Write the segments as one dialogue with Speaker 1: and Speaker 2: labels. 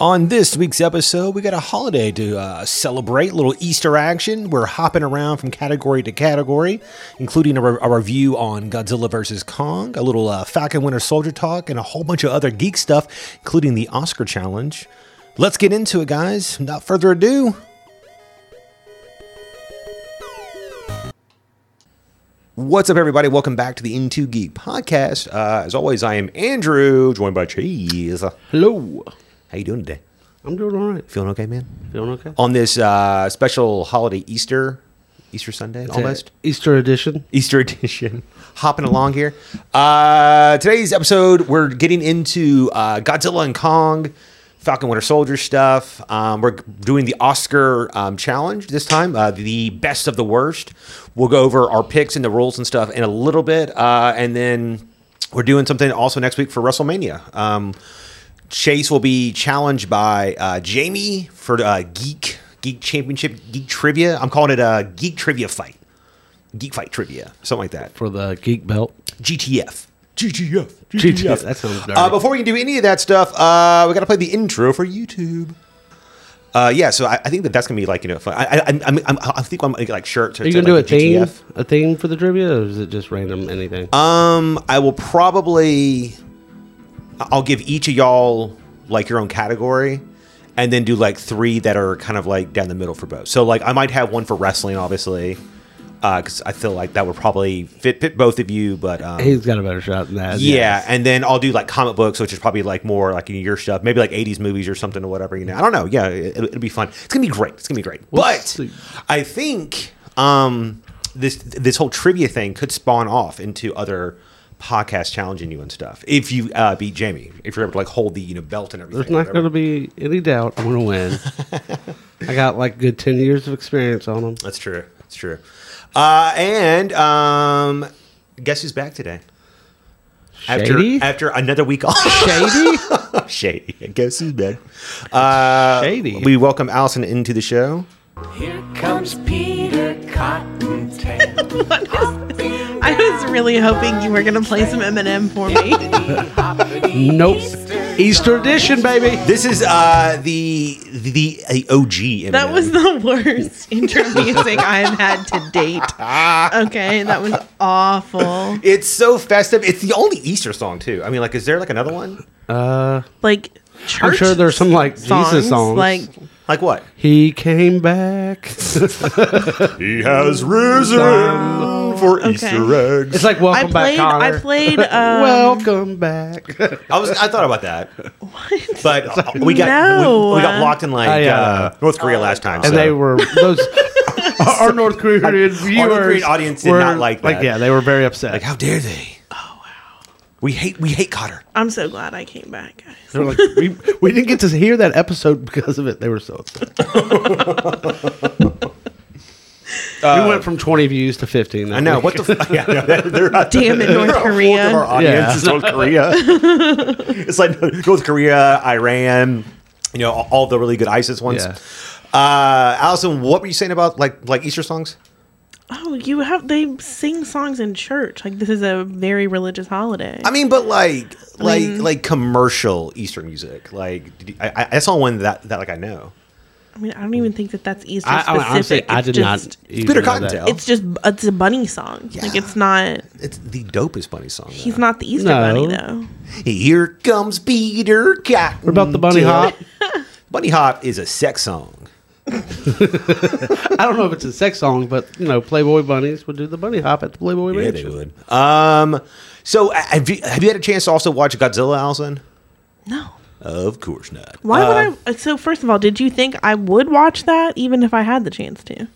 Speaker 1: On this week's episode, we got a holiday to uh, celebrate, little Easter action. We're hopping around from category to category, including a, re- a review on Godzilla vs. Kong, a little uh, Falcon Winter Soldier talk, and a whole bunch of other geek stuff, including the Oscar challenge. Let's get into it, guys. Without further ado, What's up, everybody? Welcome back to the Into Geek podcast. Uh, as always, I am Andrew, joined by Cheese. How
Speaker 2: Hello.
Speaker 1: you doing today?
Speaker 2: I'm doing all right.
Speaker 1: Feeling okay, man?
Speaker 2: Feeling okay?
Speaker 1: On this uh, special holiday Easter, Easter Sunday, almost.
Speaker 2: Easter edition.
Speaker 1: Easter edition. Hopping along here. Uh, today's episode, we're getting into uh, Godzilla and Kong, Falcon Winter Soldier stuff. Um, we're doing the Oscar um, challenge this time, uh, the best of the worst. We'll go over our picks and the rules and stuff in a little bit. Uh, and then we're doing something also next week for WrestleMania. Um, Chase will be challenged by uh, Jamie for uh, Geek Geek Championship Geek Trivia. I'm calling it a Geek Trivia Fight. Geek Fight Trivia, something like that.
Speaker 2: For the geek belt.
Speaker 1: GTF. GTF.
Speaker 2: GTF. That sounds dirty.
Speaker 1: Uh, before we can do any of that stuff, uh, we got to play the intro for YouTube. Uh, yeah, so I, I think that that's gonna be like you know, fun. I, I, I'm, I'm, I think I'm gonna get, like shirts.
Speaker 2: Are you gonna do a theme? A theme for the trivia, or is it just random anything?
Speaker 1: Um, I will probably. I'll give each of y'all like your own category, and then do like three that are kind of like down the middle for both. So like I might have one for wrestling, obviously, because I feel like that would probably fit, fit both of you. But um,
Speaker 2: He's got a better shot than that.
Speaker 1: yeah, and then I'll do like comic books, which is probably like more like your stuff, maybe like '80s movies or something or whatever. You know, I don't know. Yeah, it, it'll be fun. It's gonna be great. It's gonna be great. but
Speaker 2: see.
Speaker 1: I think um, this this whole trivia thing could spawn off into other podcasts challenging you and stuff. If you uh, beat Jamie, if you're able to like hold the you know belt and everything.
Speaker 2: There's not
Speaker 1: whatever.
Speaker 2: gonna be any doubt. I'm gonna win. I got like good ten years of experience on them.
Speaker 1: That's true. That's true. Uh, and um, guess who's back today?
Speaker 2: Shady.
Speaker 1: After after another week off.
Speaker 2: Shady.
Speaker 1: Shady. I guess he's back. Uh,
Speaker 2: Shady.
Speaker 1: We welcome Allison into the show.
Speaker 3: Here comes Peter Cottontail.
Speaker 4: I was really hoping you were gonna play some Eminem for me.
Speaker 2: nope. Easter edition, baby.
Speaker 1: This is uh, the the the OG.
Speaker 4: That was the worst intro music I have had to date. Okay, that was awful.
Speaker 1: It's so festive. It's the only Easter song too. I mean, like, is there like another one?
Speaker 4: Like church.
Speaker 2: I'm sure there's some like
Speaker 4: songs,
Speaker 2: Jesus songs.
Speaker 4: Like
Speaker 1: Like what?
Speaker 2: he came back. it's
Speaker 1: He has risen for
Speaker 4: Easter
Speaker 1: eggs.
Speaker 2: like
Speaker 4: I
Speaker 2: welcome
Speaker 4: played.
Speaker 2: back, Connor.
Speaker 4: I played. Um,
Speaker 2: welcome back.
Speaker 1: I was I thought about that, but uh, we got
Speaker 4: No.
Speaker 1: we, we got blocked in like
Speaker 2: I, uh,
Speaker 1: uh, North Korea last time. so.
Speaker 2: and they were those our, our North Korean viewers,
Speaker 1: Korean audience did
Speaker 2: were-
Speaker 1: not like that.
Speaker 2: Like yeah, they were very upset.
Speaker 1: like, how dare they? Oh wow. We hate we hate Cotter.
Speaker 4: I'm so glad I came back, guys.
Speaker 2: they were like, we, we didn't get to hear that episode because of it. They were so upset. we went from twenty views to fifteen.
Speaker 1: I know what the f- yeah, yeah, they're, they're not,
Speaker 4: Damn it, North
Speaker 1: they're a fourth
Speaker 4: Korea.
Speaker 1: of our audience
Speaker 2: Yeah.
Speaker 1: is North Korea. it's like North Korea, Iran, you know, all, all the really good ISIS ones.
Speaker 2: Yeah.
Speaker 1: Uh, Allison, what were you saying about like like Easter songs?
Speaker 4: Oh, you have. They sing songs in church. Like this is a very religious holiday.
Speaker 1: I mean, but like like
Speaker 2: Mm-hmm.
Speaker 1: like commercial Easter music. Like did you- I, I- I saw one that that like I know.
Speaker 4: I mean, I don't even think that that's Easter
Speaker 2: I, I
Speaker 4: specific.
Speaker 2: honestly, I
Speaker 4: It's
Speaker 2: did
Speaker 4: just,
Speaker 2: not.
Speaker 1: Peter
Speaker 2: even know that.
Speaker 1: Cottontail.
Speaker 4: It's just it's a bunny song. Like
Speaker 1: Yeah.
Speaker 4: it's not.
Speaker 1: It's the dopest bunny song. though.
Speaker 4: He's not the Easter
Speaker 2: No.
Speaker 4: bunny though.
Speaker 1: Here comes Peter Cotton.
Speaker 2: What about the bunny hop?
Speaker 1: Bunny hop is a sex song.
Speaker 2: I don't know if it's a sex song, but you know, Playboy bunnies would do the bunny hop at the Playboy
Speaker 1: Yeah,
Speaker 2: Mansion.
Speaker 1: they would. Um, so uh, have you, have you had a chance to also watch Godzilla, Allison?
Speaker 4: No.
Speaker 1: Of course not.
Speaker 4: Why
Speaker 1: Uh,
Speaker 4: would I? So first of all, did you think I would watch that even if I had the chance to?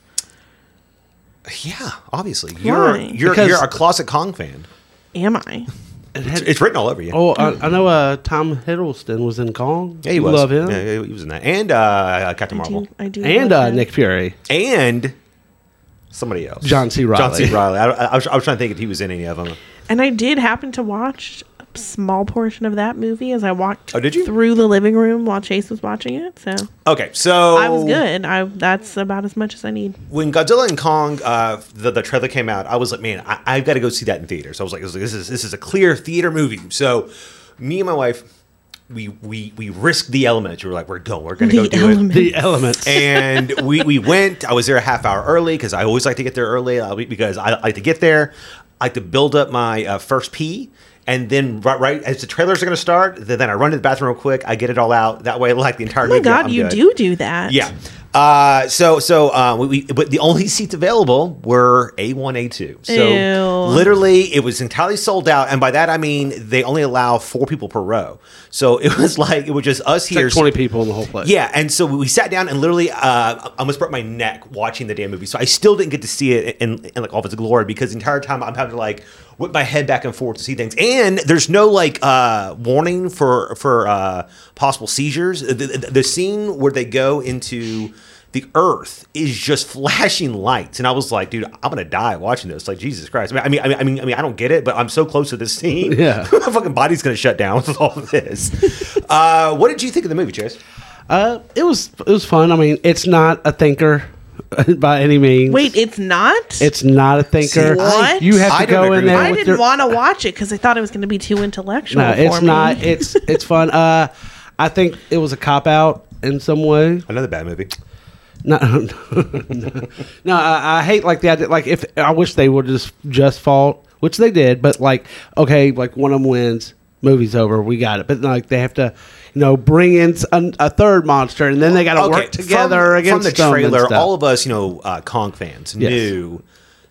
Speaker 1: Yeah, obviously. You're
Speaker 4: Why?
Speaker 1: you're
Speaker 2: Because-
Speaker 1: you're a closet Kong fan.
Speaker 4: Am I?
Speaker 2: It
Speaker 1: It's,
Speaker 2: had-
Speaker 1: it's written all over you.
Speaker 2: oh, I, I know. Uh, Tom Hiddleston was in Kong.
Speaker 1: yeah, he
Speaker 2: You
Speaker 1: was.
Speaker 2: Love him.
Speaker 1: Yeah, yeah, he was in that, and uh, Captain
Speaker 4: I
Speaker 1: Marvel,
Speaker 4: do. I do.
Speaker 2: And
Speaker 4: love
Speaker 2: uh,
Speaker 4: that.
Speaker 2: Nick Fury.
Speaker 1: and somebody else,
Speaker 2: John C.
Speaker 1: John C.
Speaker 2: Reilly.
Speaker 1: Riley. I, I, was, I was trying to think if he was in any of them.
Speaker 4: And I did happen to watch a small portion of that movie as I walked.
Speaker 1: Oh, did you?
Speaker 4: through the living room while Chase was watching it? So
Speaker 1: Okay, so
Speaker 4: I was good. I that's about as much as I need.
Speaker 1: when Godzilla and Kong, uh, the, the trailer came out, I was like, man, I, I've got to go see that in theaters. I was like, I was like, this is this is a clear theater movie. So, me and my wife, we we we risked the elements. We were like, we're done. We're gonna go
Speaker 4: The
Speaker 1: do
Speaker 4: elements.
Speaker 1: it.
Speaker 2: The elements.
Speaker 1: And we we went. I was there a half hour early because I always like to get there early uh, because I like to get there. I like to build up my uh, first pee. And then right, right as the trailers are going to start, then, then I run to the bathroom real quick. I get it all out. That way, like the entire
Speaker 4: Oh my
Speaker 1: movie,
Speaker 4: god,
Speaker 1: I'm
Speaker 4: you
Speaker 1: good.
Speaker 4: do do that.
Speaker 1: Yeah. Uh, so so uh, we, we but the only seats available were A one A two. So
Speaker 4: Ew.
Speaker 1: literally it was entirely sold out, and by that I mean they only allow four people per row. So it was like it was just us
Speaker 2: It's like
Speaker 1: here.
Speaker 2: 20 people in the whole place.
Speaker 1: Yeah, and so we sat down and literally, uh, I almost broke my neck watching the damn movie. So I still didn't get to see it in, in like all of its glory because the entire time I'm having to like whip my head back and forth to see things. And there's no like uh, warning for for uh, possible seizures. The, the, the scene where they go into the earth is just flashing lights and i was like dude i'm gonna die watching this like jesus christ i mean i mean i mean i, mean, I don't get it but i'm so close to this scene
Speaker 2: Yeah.
Speaker 1: my fucking body's gonna shut down with all of this uh, what did you think of the movie chase
Speaker 2: Uh, it was it was fun. I mean, it's not a thinker by any means.
Speaker 4: Wait, it's not?
Speaker 2: it's not a thinker.
Speaker 1: See,
Speaker 4: What?
Speaker 2: You have
Speaker 1: I
Speaker 2: to go
Speaker 1: don't
Speaker 2: in
Speaker 1: agree
Speaker 2: there.
Speaker 1: with
Speaker 4: I
Speaker 2: with
Speaker 4: didn't
Speaker 2: your,
Speaker 4: want to watch it because I thought it was going to be too intellectual.
Speaker 2: No,
Speaker 4: for
Speaker 2: it's
Speaker 4: me.
Speaker 2: not. It's it's fun. Uh, I think it was a cop out in some way.
Speaker 1: Another bad movie.
Speaker 2: No, no, no I, I hate like the idea. Like if I wish they would just just fault, which they did. But like, okay, like one of them wins, movie's over, we got it. But like they have to, you know, bring in s- an- a third monster, and then they got to work together
Speaker 1: from,
Speaker 2: against
Speaker 1: from the trailer. All
Speaker 2: of
Speaker 1: of us, you know, uh, Kong fans
Speaker 2: Yes.
Speaker 1: knew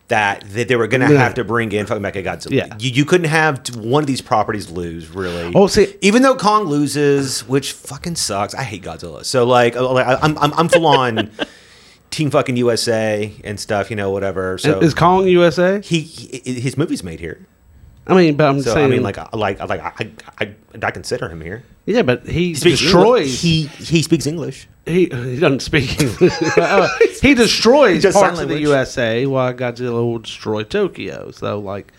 Speaker 1: that that they were going to
Speaker 2: Yeah.
Speaker 1: have to bring in fucking Mechagodzilla.
Speaker 2: Yeah.
Speaker 1: You, you couldn't have t- one of these properties lose. Really.
Speaker 2: Oh, see-
Speaker 1: even though Kong loses, which fucking sucks. I hate Godzilla. So like, uh, like, I- I'm I'm, I'm full on Team fucking USA and stuff. You know, whatever. So
Speaker 2: is Kong USA.
Speaker 1: he, he his movie's made here.
Speaker 2: I mean, but I'm
Speaker 1: So
Speaker 2: saying,
Speaker 1: I mean, like, I- like, I- like I, I I consider him here.
Speaker 2: yeah, but he,
Speaker 1: He speaks English.
Speaker 2: destroys.
Speaker 1: He he speaks English.
Speaker 2: he he doesn't speak. English. Uh, he destroys
Speaker 1: Just
Speaker 2: parts
Speaker 1: sign
Speaker 2: of the
Speaker 1: language.
Speaker 2: USA while Godzilla will destroy Tokyo. So like,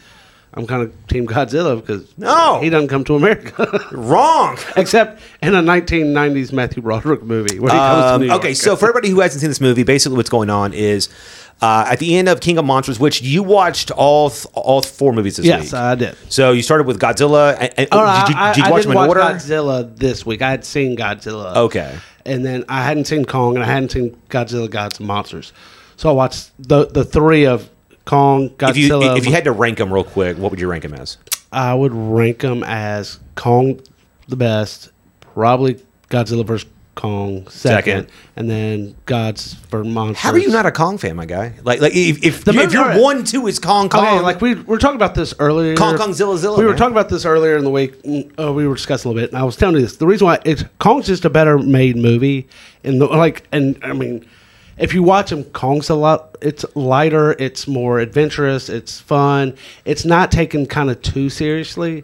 Speaker 2: I'm kind of team Godzilla because
Speaker 1: No.
Speaker 2: he doesn't come to America
Speaker 1: Wrong.
Speaker 2: except in a 1990s Matthew Broderick movie where he comes to
Speaker 1: Um,
Speaker 2: New York.
Speaker 1: okay, so for everybody who hasn't seen this movie, basically what's going on is uh, at the end of King of Monsters, which you watched all th- all four movies this
Speaker 2: yes,
Speaker 1: week.
Speaker 2: I did.
Speaker 1: so you started with Godzilla. And, and-
Speaker 2: Oh,
Speaker 1: did, you,
Speaker 2: I,
Speaker 1: did you
Speaker 2: I
Speaker 1: watch
Speaker 2: didn't
Speaker 1: them in
Speaker 2: watch
Speaker 1: order?
Speaker 2: Godzilla this week. I had seen Godzilla.
Speaker 1: Okay.
Speaker 2: And then I hadn't seen Kong, and I hadn't seen Godzilla: Gods and Monsters. So I watched the the three of Kong, Godzilla.
Speaker 1: If you if you had to rank them real quick, what would you rank them as?
Speaker 2: I would rank them as Kong the best, probably Godzilla vs Kong second,
Speaker 1: Second.
Speaker 2: and then Gods for Monsters.
Speaker 1: How are you not a Kong fan, my guy? Like like if if,
Speaker 2: The
Speaker 1: you, if
Speaker 2: movie-
Speaker 1: your one two is Kong Kong,
Speaker 2: Okay, like we we were talking about this earlier.
Speaker 1: Kong Kong Zilla Zilla,
Speaker 2: We were
Speaker 1: man.
Speaker 2: talking about this earlier in the week. Mm, Uh, we were discussing a little bit, and I was telling you this. The reason why it's Kong's just a better made movie, and the, like, and I mean, if you watch him, Kong's a lot. It's lighter. It's more adventurous. It's fun. It's not taken kind of too seriously.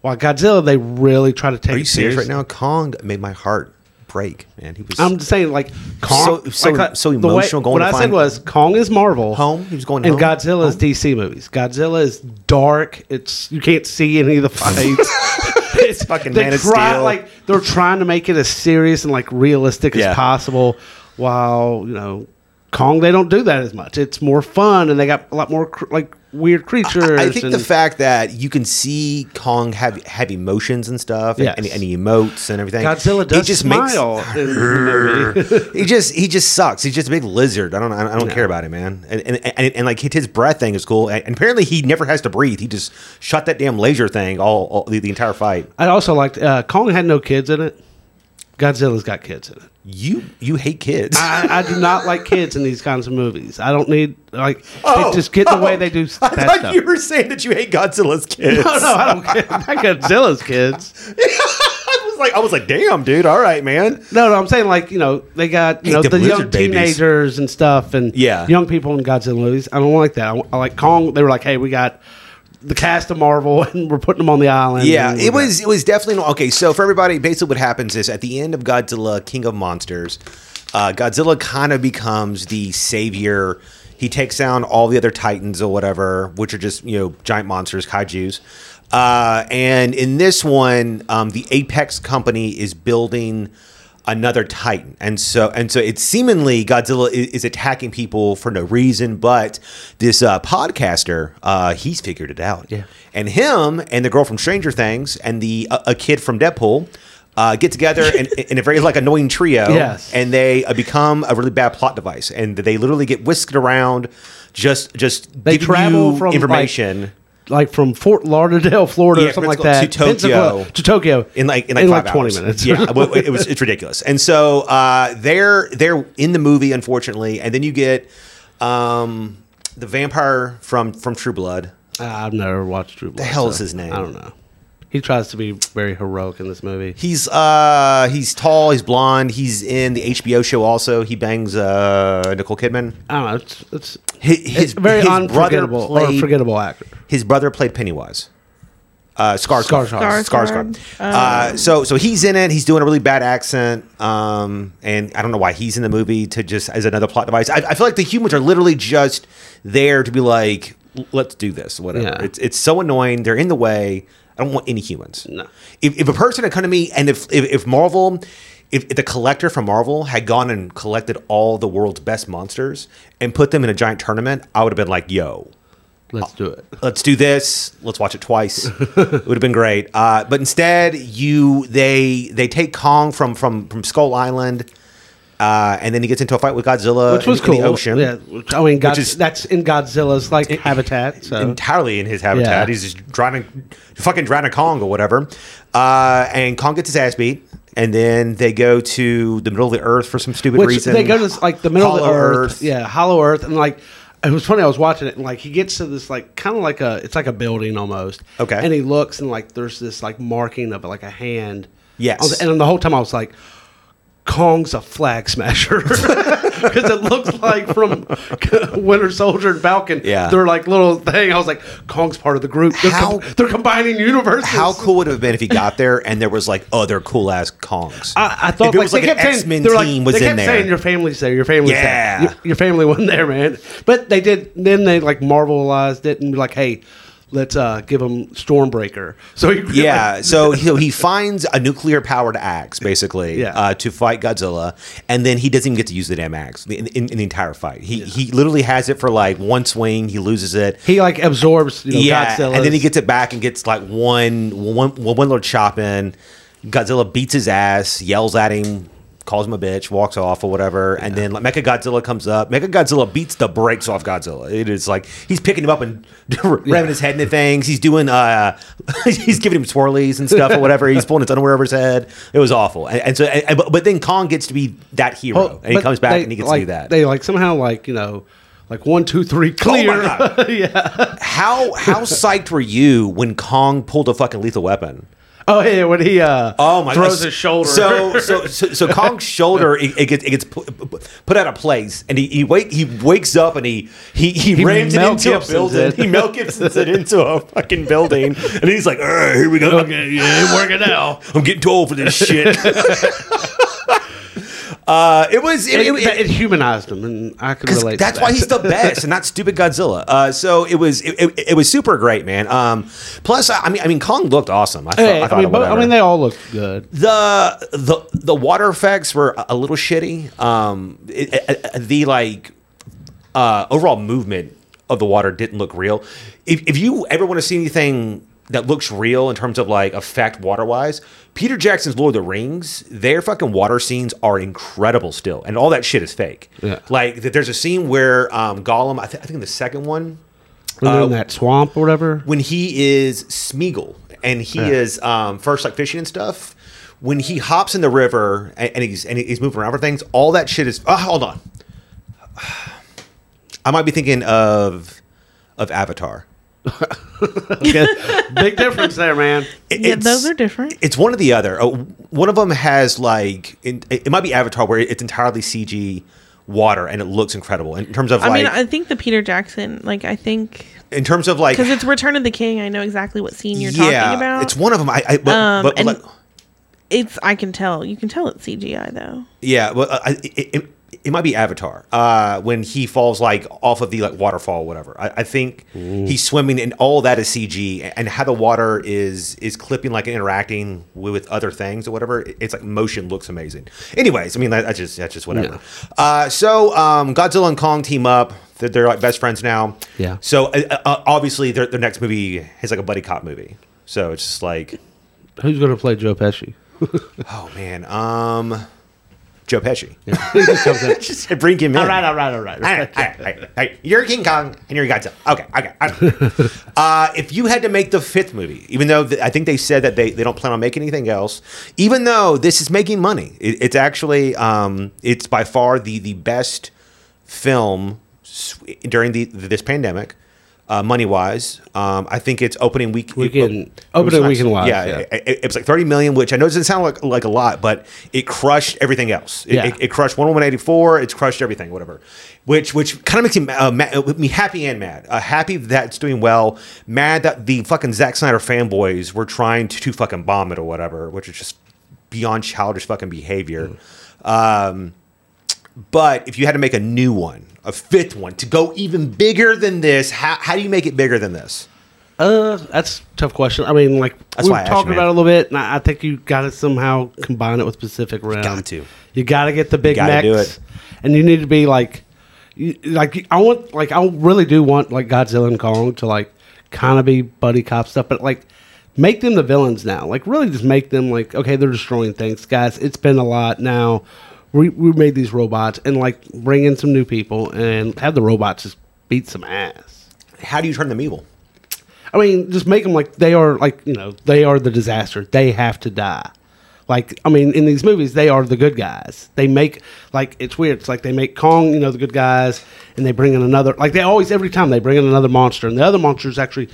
Speaker 2: While Godzilla, they really try to take.
Speaker 1: are you
Speaker 2: it
Speaker 1: serious
Speaker 2: seriously.
Speaker 1: right now? Kong made my heart break, man. He was
Speaker 2: I'm just saying, like Kong,
Speaker 1: So- so-
Speaker 2: like,
Speaker 1: so
Speaker 2: the way-
Speaker 1: emotional going
Speaker 2: What
Speaker 1: to
Speaker 2: I said
Speaker 1: find-
Speaker 2: was Kong is Marvel
Speaker 1: Home? He was going
Speaker 2: and
Speaker 1: home?
Speaker 2: Godzilla is DC movies. Godzilla is dark. It's you can't see any of the fights. it's
Speaker 1: Fucking
Speaker 2: they
Speaker 1: Man of
Speaker 2: try,
Speaker 1: Steel.
Speaker 2: Like they're trying to make it as serious and like realistic
Speaker 1: Yeah.
Speaker 2: as possible. While you know Kong, they don't do that as much. It's more fun, and they got a lot more cr- like weird creatures.
Speaker 1: I think the
Speaker 2: and-
Speaker 1: fact that you can see Kong have have emotions and stuff, and,
Speaker 2: Yes.
Speaker 1: and, and he emotes and everything.
Speaker 2: Godzilla
Speaker 1: it
Speaker 2: does
Speaker 1: makes-
Speaker 2: smile. in the movie.
Speaker 1: he just he just sucks. He's just a big lizard. I don't I don't, I don't care about him, man. And and, and and like his breath thing is cool. And apparently he never has to breathe. He just shot that damn laser thing all, all the, the entire fight.
Speaker 2: I also liked uh, Kong had no kids in it. Godzilla's got kids in it.
Speaker 1: You you hate kids.
Speaker 2: I, I do not like kids in these kinds of movies. I don't need like
Speaker 1: Oh,
Speaker 2: they just get in the way
Speaker 1: oh,
Speaker 2: they do s-
Speaker 1: I
Speaker 2: that
Speaker 1: thought
Speaker 2: stuff.
Speaker 1: you were saying that you hate Godzilla's kids.
Speaker 2: no, no, I don't care. Not Godzilla's kids.
Speaker 1: I was like I was like, damn, dude. All right, man.
Speaker 2: No, no, I'm saying like you know they got you
Speaker 1: Hate
Speaker 2: know the
Speaker 1: them
Speaker 2: young
Speaker 1: lizard babies.
Speaker 2: teenagers and stuff and
Speaker 1: Yeah.
Speaker 2: young people in Godzilla movies. I don't like that. I, I like Kong. They were like, hey, we got the cast of Marvel and we're putting them on the island.
Speaker 1: Yeah,
Speaker 2: and
Speaker 1: it
Speaker 2: we're-
Speaker 1: was it was definitely not, okay. So for everybody, basically what happens is at the end of Godzilla King of Monsters, uh, Godzilla kind of becomes the savior. He takes down all the other titans or whatever, which are just you know giant monsters, kaiju's. Uh, and in this one, um, the Apex company is building another titan and so and so it's seemingly godzilla is, is attacking people for no reason but this uh, podcaster uh, he's figured it out
Speaker 2: Yeah.
Speaker 1: and him and the girl from stranger things and the a, a kid from deadpool uh, get together in, in a very like annoying trio,
Speaker 2: Yes.
Speaker 1: and they uh, become a really bad plot device, and they literally get whisked around, just just
Speaker 2: They
Speaker 1: giving
Speaker 2: travel
Speaker 1: you
Speaker 2: from, like,
Speaker 1: information.
Speaker 2: like from Fort Lauderdale, Florida,
Speaker 1: Yeah,
Speaker 2: or something like
Speaker 1: Pensacola
Speaker 2: that,
Speaker 1: to Tokyo.
Speaker 2: Pensacola- to Tokyo
Speaker 1: in like in like, five
Speaker 2: twenty
Speaker 1: hours.
Speaker 2: minutes.
Speaker 1: Yeah, well, it was it's ridiculous. And so uh, they're they're in the movie, unfortunately, and then you get um, the vampire from from True Blood.
Speaker 2: Uh, I've never watched True Blood. The
Speaker 1: hell's his name?
Speaker 2: I don't know. He tries to be very heroic in this movie.
Speaker 1: He's uh he's tall, he's blonde, he's in the HBO show also. He bangs uh Nicole Kidman.
Speaker 2: I don't know. It's, it's,
Speaker 1: His,
Speaker 2: it's very unforgettable
Speaker 1: played,
Speaker 2: or forgettable actor.
Speaker 1: His brother played Pennywise. Uh, Skarsgård.
Speaker 2: Skarsgård.
Speaker 1: Skarsgård.
Speaker 4: Skarsgård.
Speaker 1: Uh, so, so he's in it. He's doing a really bad accent, um, and I don't know why he's in the movie to just as another plot device. I, I feel like the humans are literally just there to be like, let's do this, whatever.
Speaker 2: Yeah.
Speaker 1: It's it's so annoying. They're in the way. I don't want any humans.
Speaker 2: No.
Speaker 1: If, if a person had come to me, and if if, if Marvel. If, if the collector from Marvel had gone and collected all the world's best monsters and put them in a giant tournament, I would have been like, "Yo,
Speaker 2: Let's do it.
Speaker 1: let's do this let's watch it twice it would have been great uh, but instead you they they take kong from from from skull island uh, and then he gets into a fight with godzilla
Speaker 2: Which was
Speaker 1: in,
Speaker 2: cool.
Speaker 1: in the ocean
Speaker 2: Yeah. which- I mean, God,
Speaker 1: is-
Speaker 2: that's in Godzilla's like habitat. So
Speaker 1: entirely in his habitat
Speaker 2: Yeah.
Speaker 1: he's just drowning fucking drowning kong or whatever uh, and kong gets his ass beat and then they go to the middle of the earth for some stupid
Speaker 2: which
Speaker 1: reason
Speaker 2: they go to this, like the middle of the
Speaker 1: Hollow
Speaker 2: earth, yeah, Hollow Earth, and like it was funny. I was watching it, and like he gets to this like kind of like a it's like a building almost.
Speaker 1: Okay.
Speaker 2: and he looks, and like there's this like marking of like a hand.
Speaker 1: Yes.
Speaker 2: I was- and the whole time I was like. Kong's a flag smasher because it looks like from Winter Soldier and Falcon.
Speaker 1: Yeah.
Speaker 2: they're like little thing. I was like, Kong's part of the group. They're,
Speaker 1: How-
Speaker 2: com- they're combining universes.
Speaker 1: how cool would it have been if he got there and there was like other cool ass kongs
Speaker 2: I, I thought
Speaker 1: if it was like,
Speaker 2: they
Speaker 1: an
Speaker 2: kept saying-
Speaker 1: x-men
Speaker 2: they were like-
Speaker 1: team was
Speaker 2: they kept
Speaker 1: in there
Speaker 2: saying your family's there, your family's
Speaker 1: Yeah.
Speaker 2: there. Your, your family wasn't there, man. But they did. Then they like marvelized it and be like, hey, let's uh, give them Stormbreaker. So he really-
Speaker 1: Yeah, so he, so he finds a nuclear powered axe, basically,
Speaker 2: Yeah.
Speaker 1: uh, to fight Godzilla, and then he doesn't even get to use the damn axe in, in, in the entire fight. He he literally has it for like one swing, he loses it.
Speaker 2: he like absorbs you know,
Speaker 1: yeah,
Speaker 2: Godzilla,
Speaker 1: and then he gets it back and gets like one one one, one little chop in. Godzilla beats his ass, yells at him, calls him a bitch, walks off or whatever, and then like, Mecha Godzilla comes up. Mecha Godzilla beats the brakes off Godzilla. It is like he's picking him up and ramming his head into things. He's doing uh, he's giving him swirlies and stuff or whatever. He's pulling his underwear over his head. It was awful. And, and so, and, and- but- but then Kong gets to be that hero,
Speaker 2: Oh,
Speaker 1: and he
Speaker 2: but
Speaker 1: comes back
Speaker 2: they,
Speaker 1: and he gets
Speaker 2: like,
Speaker 1: to do that. Oh
Speaker 2: They like somehow like you know, like one, two, three,
Speaker 1: my
Speaker 2: clear.
Speaker 1: God.
Speaker 2: yeah.
Speaker 1: how how psyched were you when Kong pulled a fucking lethal weapon?
Speaker 2: Oh yeah. When he uh,
Speaker 1: Oh my!
Speaker 2: throws
Speaker 1: God.
Speaker 2: his shoulder.
Speaker 1: So so so, so Kong's shoulder it, it gets it gets put, put out of place, and he he, wake, he wakes up and he he he, rams it
Speaker 2: Mel
Speaker 1: into
Speaker 2: Gibsons
Speaker 1: a building.
Speaker 2: it.
Speaker 1: He Mel Gibson's it into a fucking building, and he's like, "Arr, "Here we go.
Speaker 2: okay, yeah, it working out.
Speaker 1: I'm getting too old for this shit." uh, it was it,
Speaker 2: It,
Speaker 1: it-
Speaker 2: it humanized him, and I could
Speaker 1: 'Cause
Speaker 2: relate.
Speaker 1: That's
Speaker 2: to
Speaker 1: why
Speaker 2: that.
Speaker 1: he's the best, and not stupid Godzilla. Uh, so it was it, it, it was super great, man. Um, plus, I I mean, I mean, Kong looked awesome. I thought,
Speaker 2: Hey,
Speaker 1: I,
Speaker 2: I,
Speaker 1: thought
Speaker 2: mean,
Speaker 1: of
Speaker 2: bo- I
Speaker 1: whatever.
Speaker 2: mean, they all look good.
Speaker 1: the the the water effects were a- a little shitty. Um, it- it- it- the like uh, overall movement of the water didn't look real. If if you ever want to see anything that looks real in terms of like effect water wise, Peter Jackson's Lord of the Rings, their fucking water scenes are incredible still, and all that shit is fake.
Speaker 2: Yeah.
Speaker 1: Like th- there's a scene where um, Gollum, I, th- I think in the second one,
Speaker 2: When
Speaker 1: Uh,
Speaker 2: they're in that swamp or whatever.
Speaker 1: when he is Smeagol and he is um, first like fishing and stuff. When he hops in the river and, and he's and he's moving around for things, all that shit is. Oh, hold on, I might be thinking of of Avatar.
Speaker 2: Big difference there, man.
Speaker 1: It-
Speaker 4: Yeah,
Speaker 1: it's-
Speaker 4: those are different.
Speaker 1: It's one or the other. Uh, one of them has like in, it it might be Avatar where it's entirely CG water and it looks incredible in terms of
Speaker 4: I
Speaker 1: like
Speaker 4: mean, I think the Peter Jackson, like, I think
Speaker 1: in terms of like
Speaker 4: because it's Return of the King. I know exactly what scene you're talking about.
Speaker 1: it's one of them. I, I but,
Speaker 4: Um,
Speaker 1: but
Speaker 4: and-
Speaker 1: like-
Speaker 4: It's I can tell. You can tell it's CGI though.
Speaker 1: Yeah, well, uh, I- it, it, it might be Avatar uh, when he falls like off of the like waterfall, or whatever. I, I think he's swimming, and all that is CG, and how the water is is clipping, like interacting with, with other things or whatever. It- It's like motion looks amazing. Anyways, I mean that, that's just that's just whatever. Uh, so um, Godzilla and Kong team up. They're, they're like best friends now.
Speaker 2: Yeah.
Speaker 1: So uh, uh, obviously their their next movie is like a buddy cop movie. So it's just like
Speaker 2: Who's going to play Joe Pesci?
Speaker 1: Oh man, um, Joe Pesci.
Speaker 2: He just comes in.
Speaker 1: Just bring him in.
Speaker 2: All right, all right, all right.
Speaker 1: All right, all right, all right, all right. You're King Kong and you're Godzilla. Okay, okay. all right. uh, if you had to make the fifth movie, even though th- I think they said that they, they don't plan on making anything else, even though this is making money, it, it's actually um, it's by far the the best film s- during the this pandemic. Uh, money wise, um, I think it's opening week.
Speaker 2: Weekend-
Speaker 1: it- it was
Speaker 2: opening
Speaker 1: like-
Speaker 2: weekend-wise,
Speaker 1: Yeah,
Speaker 2: yeah.
Speaker 1: It, it- it was like thirty million, which I know doesn't sound like, like a lot, but it crushed everything else. It,
Speaker 2: Yeah.
Speaker 1: it, it crushed Wonder Woman eighty four. It's crushed everything, whatever. Which which kind of makes me, uh, ma- uh, me happy and mad. Uh, happy that it's doing well. Mad that the fucking Zack Snyder fanboys were trying to, to fucking bomb it or whatever, which is just beyond childish fucking behavior. Um, but if you had to make a new one, a fifth one to go even bigger than this, how, how do you make it bigger than this?
Speaker 2: Uh, that's a tough question. I mean, like
Speaker 1: That's
Speaker 2: we
Speaker 1: why I
Speaker 2: were
Speaker 1: asked
Speaker 2: talking
Speaker 1: you, man.
Speaker 2: about it a little bit, and I I think you got to somehow combine it with Pacific Rim. You
Speaker 1: got to.
Speaker 2: You got to get the Big
Speaker 1: gotta
Speaker 2: Macs,
Speaker 1: do it.
Speaker 2: and you need to be like, you, like I want, like I really do want, like Godzilla and Kong to like kind of be buddy cop stuff, but like make them the villains now. Like really, just make them like okay, they're destroying things, guys. It's been a lot now. We we made these robots, and like bring in some new people, and have the robots just beat some ass.
Speaker 1: How do you turn them evil?
Speaker 2: I mean, just make them like they are like you know they are the disaster. They have to die. Like I mean, in these movies, they are the good guys. They make like it's weird. It's like they make Kong, you know, the good guys, and they bring in another. Like they always every time they bring in another monster, and the other monster is actually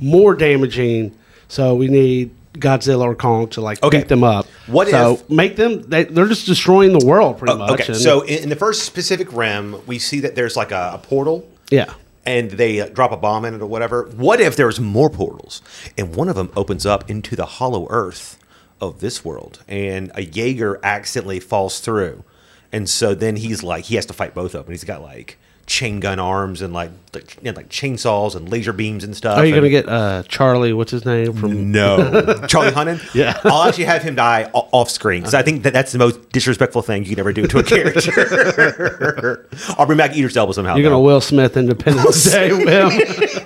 Speaker 2: more damaging. So we need Godzilla or Kong to like
Speaker 1: Okay.
Speaker 2: beat them up.
Speaker 1: What
Speaker 2: so
Speaker 1: if-
Speaker 2: make them? They, they're just destroying the world pretty much.
Speaker 1: Oh, Okay,
Speaker 2: and-
Speaker 1: so in, in the first Pacific Rim, we see that there's like a, a portal.
Speaker 2: yeah,
Speaker 1: And they uh, drop a bomb in it or whatever. What if there's more portals and one of them opens up into the hollow earth of this world and a Jaeger accidentally falls through? And so then he's like, he has to fight both of them. He's got like chain gun arms and like, like, you know, like chainsaws and laser beams and stuff.
Speaker 2: are you
Speaker 1: And-
Speaker 2: gonna get uh Charlie? What's his name from?
Speaker 1: no, Charlie Hunnam.
Speaker 2: Yeah.
Speaker 1: I'll actually have him die o- off screen because I think that that's the most disrespectful thing you can ever do to a character. I'll bring back Eater's elbow somehow.
Speaker 2: You're gonna
Speaker 1: though.
Speaker 2: Will Smith Independence Day, Will.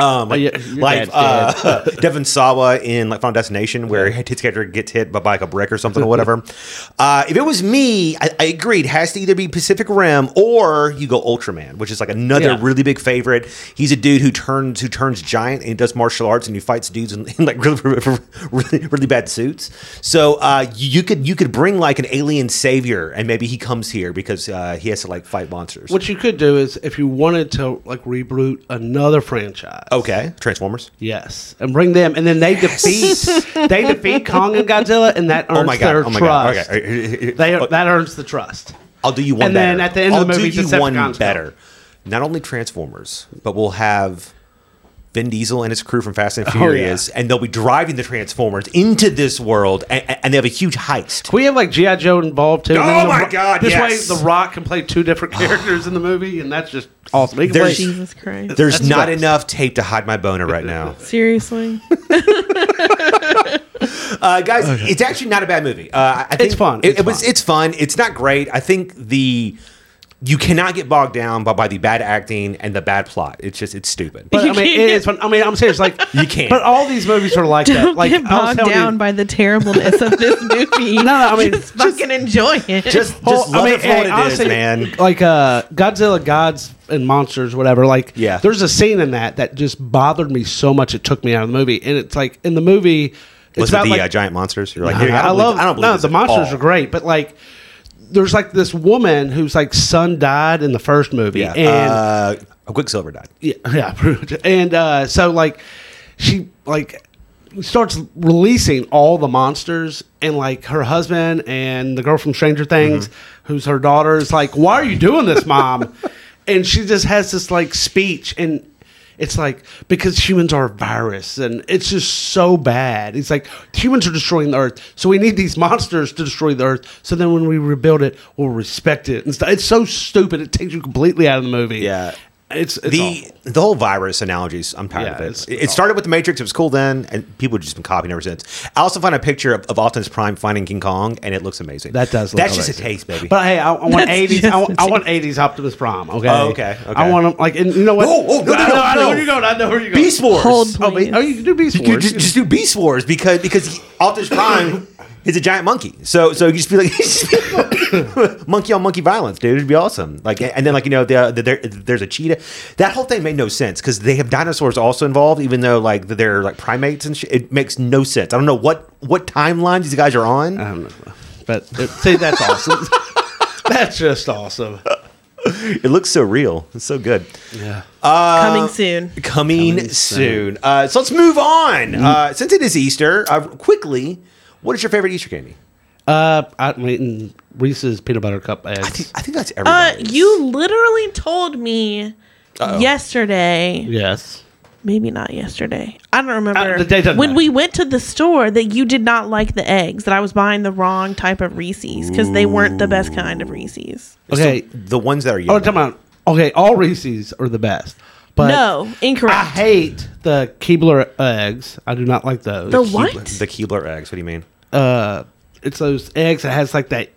Speaker 2: um,
Speaker 1: like uh, Devin Sawa in like Final Destination, where his character gets hit by like a brick or something or whatever. uh, if it was me, I, I agreed. It Has to either be Pacific Rim or you go Ultraman, which is like another
Speaker 2: Yeah.
Speaker 1: really big favorite. He's a dude who turns who turns giant and he does martial arts and he fights dudes in, in like really, really really bad suits. So uh, you could you could bring like an alien savior and maybe he comes here because uh, he has to like fight monsters.
Speaker 2: what you could do is if you wanted to like reboot another franchise.
Speaker 1: okay, Transformers.
Speaker 2: Yes, and bring them, and then they defeat they defeat Kong and Godzilla, and that earns
Speaker 1: Oh my god!
Speaker 2: their
Speaker 1: Oh my god!
Speaker 2: trust.
Speaker 1: Okay.
Speaker 2: They that earns the trust.
Speaker 1: I'll do you one
Speaker 2: And
Speaker 1: better.
Speaker 2: then at the end
Speaker 1: I'll
Speaker 2: of the movie,
Speaker 1: do you
Speaker 2: Decepticons
Speaker 1: one
Speaker 2: come.
Speaker 1: better. Not only Transformers, but we'll have Vin Diesel and his crew from Fast and
Speaker 2: Oh,
Speaker 1: Furious, and they'll be driving the Transformers into this world, and, and they have a huge heist.
Speaker 2: Can we have like GI Joe involved too? And
Speaker 1: Oh
Speaker 2: then The
Speaker 1: my
Speaker 2: Rock-
Speaker 1: God,
Speaker 2: This
Speaker 1: yes.
Speaker 2: way, The Rock can play two different characters in the movie, and that's just awesome. He can
Speaker 1: There's-
Speaker 2: play-
Speaker 4: Jesus Christ.
Speaker 1: There's
Speaker 2: That's
Speaker 1: not
Speaker 2: right.
Speaker 1: enough tape to hide my boner right now.
Speaker 4: Seriously?
Speaker 1: Uh, guys, it's actually not a bad movie. Uh, I- I think
Speaker 2: fun.
Speaker 1: It,
Speaker 2: It's
Speaker 1: it was.
Speaker 2: fun.
Speaker 1: It's fun. It's not great. I think the you cannot get bogged down by, by the bad acting and the bad plot. It's just it's stupid.
Speaker 2: But, I
Speaker 4: You
Speaker 2: mean, it
Speaker 4: can't.
Speaker 2: is fun. I mean, I'm serious. Like
Speaker 1: You can't.
Speaker 2: But all these movies are like that.
Speaker 4: Don't
Speaker 2: Like
Speaker 4: get
Speaker 2: I was
Speaker 4: bogged
Speaker 2: telling
Speaker 4: down
Speaker 2: you,
Speaker 4: by the terribleness of this movie. no,
Speaker 2: no, I mean,
Speaker 4: just, fucking enjoy it.
Speaker 1: just just
Speaker 2: Well,
Speaker 1: love it for what it is,
Speaker 2: honestly,
Speaker 1: man.
Speaker 2: Like uh, Godzilla, gods and monsters, whatever. Like,
Speaker 1: Yeah.
Speaker 2: there's a scene in that that just bothered me so much it took me out of the movie. And it's like in the movie, it's
Speaker 1: Was it
Speaker 2: about
Speaker 1: the
Speaker 2: like
Speaker 1: uh, giant monsters? You're like,
Speaker 2: I,
Speaker 1: dude, I, don't
Speaker 2: love.
Speaker 1: Believe, I don't believe
Speaker 2: no,
Speaker 1: this
Speaker 2: the
Speaker 1: at
Speaker 2: monsters
Speaker 1: all.
Speaker 2: are great, but like. There's like this woman whose like son died in the first movie,
Speaker 1: Yeah.
Speaker 2: and
Speaker 1: uh, a Quicksilver died.
Speaker 2: Yeah, yeah, pretty much. And uh, so like she like starts releasing all the monsters and like her husband and the girl from Stranger
Speaker 1: Mm-hmm.
Speaker 2: Things, who's her daughter, is like, Why are you doing this, mom? and she just has this like speech and it's like because humans are a virus and it's just so bad. It's like humans are destroying the earth, so we need these monsters to destroy the earth. So then when we rebuild it, we'll respect it. And stuff. It's so stupid. It takes you completely out of the movie.
Speaker 1: Yeah.
Speaker 2: It's, it's
Speaker 1: the
Speaker 2: awful.
Speaker 1: the whole virus analogies. I'm tired
Speaker 2: Yeah,
Speaker 1: of it.
Speaker 2: it's-
Speaker 1: it
Speaker 2: it's
Speaker 1: started with the Matrix. It was cool then, and people have just been copying ever since. I also found a picture of, of Optimus Prime finding King Kong, and it looks amazing.
Speaker 2: That does look
Speaker 1: That's just a
Speaker 2: amazing.
Speaker 1: taste, baby.
Speaker 2: But hey, I, I want
Speaker 4: That's
Speaker 2: eighties.
Speaker 4: just
Speaker 2: I, want- I
Speaker 4: the
Speaker 2: want eighties Optimus Prime. Okay.
Speaker 1: Oh, okay,
Speaker 2: I
Speaker 1: okay.
Speaker 2: want them like, and you know what?
Speaker 1: Whoa, whoa, no,
Speaker 2: I
Speaker 1: no,
Speaker 2: know, I
Speaker 1: no.
Speaker 2: know where you're going. I know where you're going.
Speaker 1: Beast Wars.
Speaker 4: Hold,
Speaker 2: Oh,
Speaker 4: please.
Speaker 2: be, oh, you can do Beast
Speaker 1: You
Speaker 2: Wars.
Speaker 1: just, just do Beast Wars because because he- Optimus Prime is a giant monkey. So so you just be like monkey on monkey violence, dude. It'd be awesome. Like and then like you know the, the, there, there's a cheetah. That whole thing made no sense because they have dinosaurs also involved, even though like they're like primates and shit. It makes no sense. I don't know what what timeline these guys are on.
Speaker 2: I don't know. But it, see, that's awesome. that's just awesome.
Speaker 1: It looks so real. It's so good.
Speaker 2: Yeah. uh,
Speaker 4: Coming soon.
Speaker 1: Coming, soon. Uh, so let's move on. Uh, since it is Easter, uh, quickly, what is your favorite Easter candy?
Speaker 2: Uh, I'm eating Reese's peanut butter cup eggs.
Speaker 1: I think, I think that's
Speaker 4: Uh,
Speaker 1: everybody.
Speaker 4: you literally told me yesterday,
Speaker 2: yes.
Speaker 4: maybe not yesterday. I don't remember
Speaker 2: Uh, the day doesn't
Speaker 4: when
Speaker 2: matter.
Speaker 4: we went to the store that you did not like the eggs that I was buying the wrong type of Reese's because they weren't the best kind of Reese's.
Speaker 2: Okay.
Speaker 1: So the ones that are
Speaker 2: Oh,
Speaker 1: yellow.
Speaker 2: we're talking about okay. All Reese's are the best, but
Speaker 4: no, incorrect.
Speaker 2: I hate the Keebler eggs. I do not like those.
Speaker 4: the what?
Speaker 1: the Keebler eggs. What do you mean?
Speaker 2: Uh, it's those eggs that has like that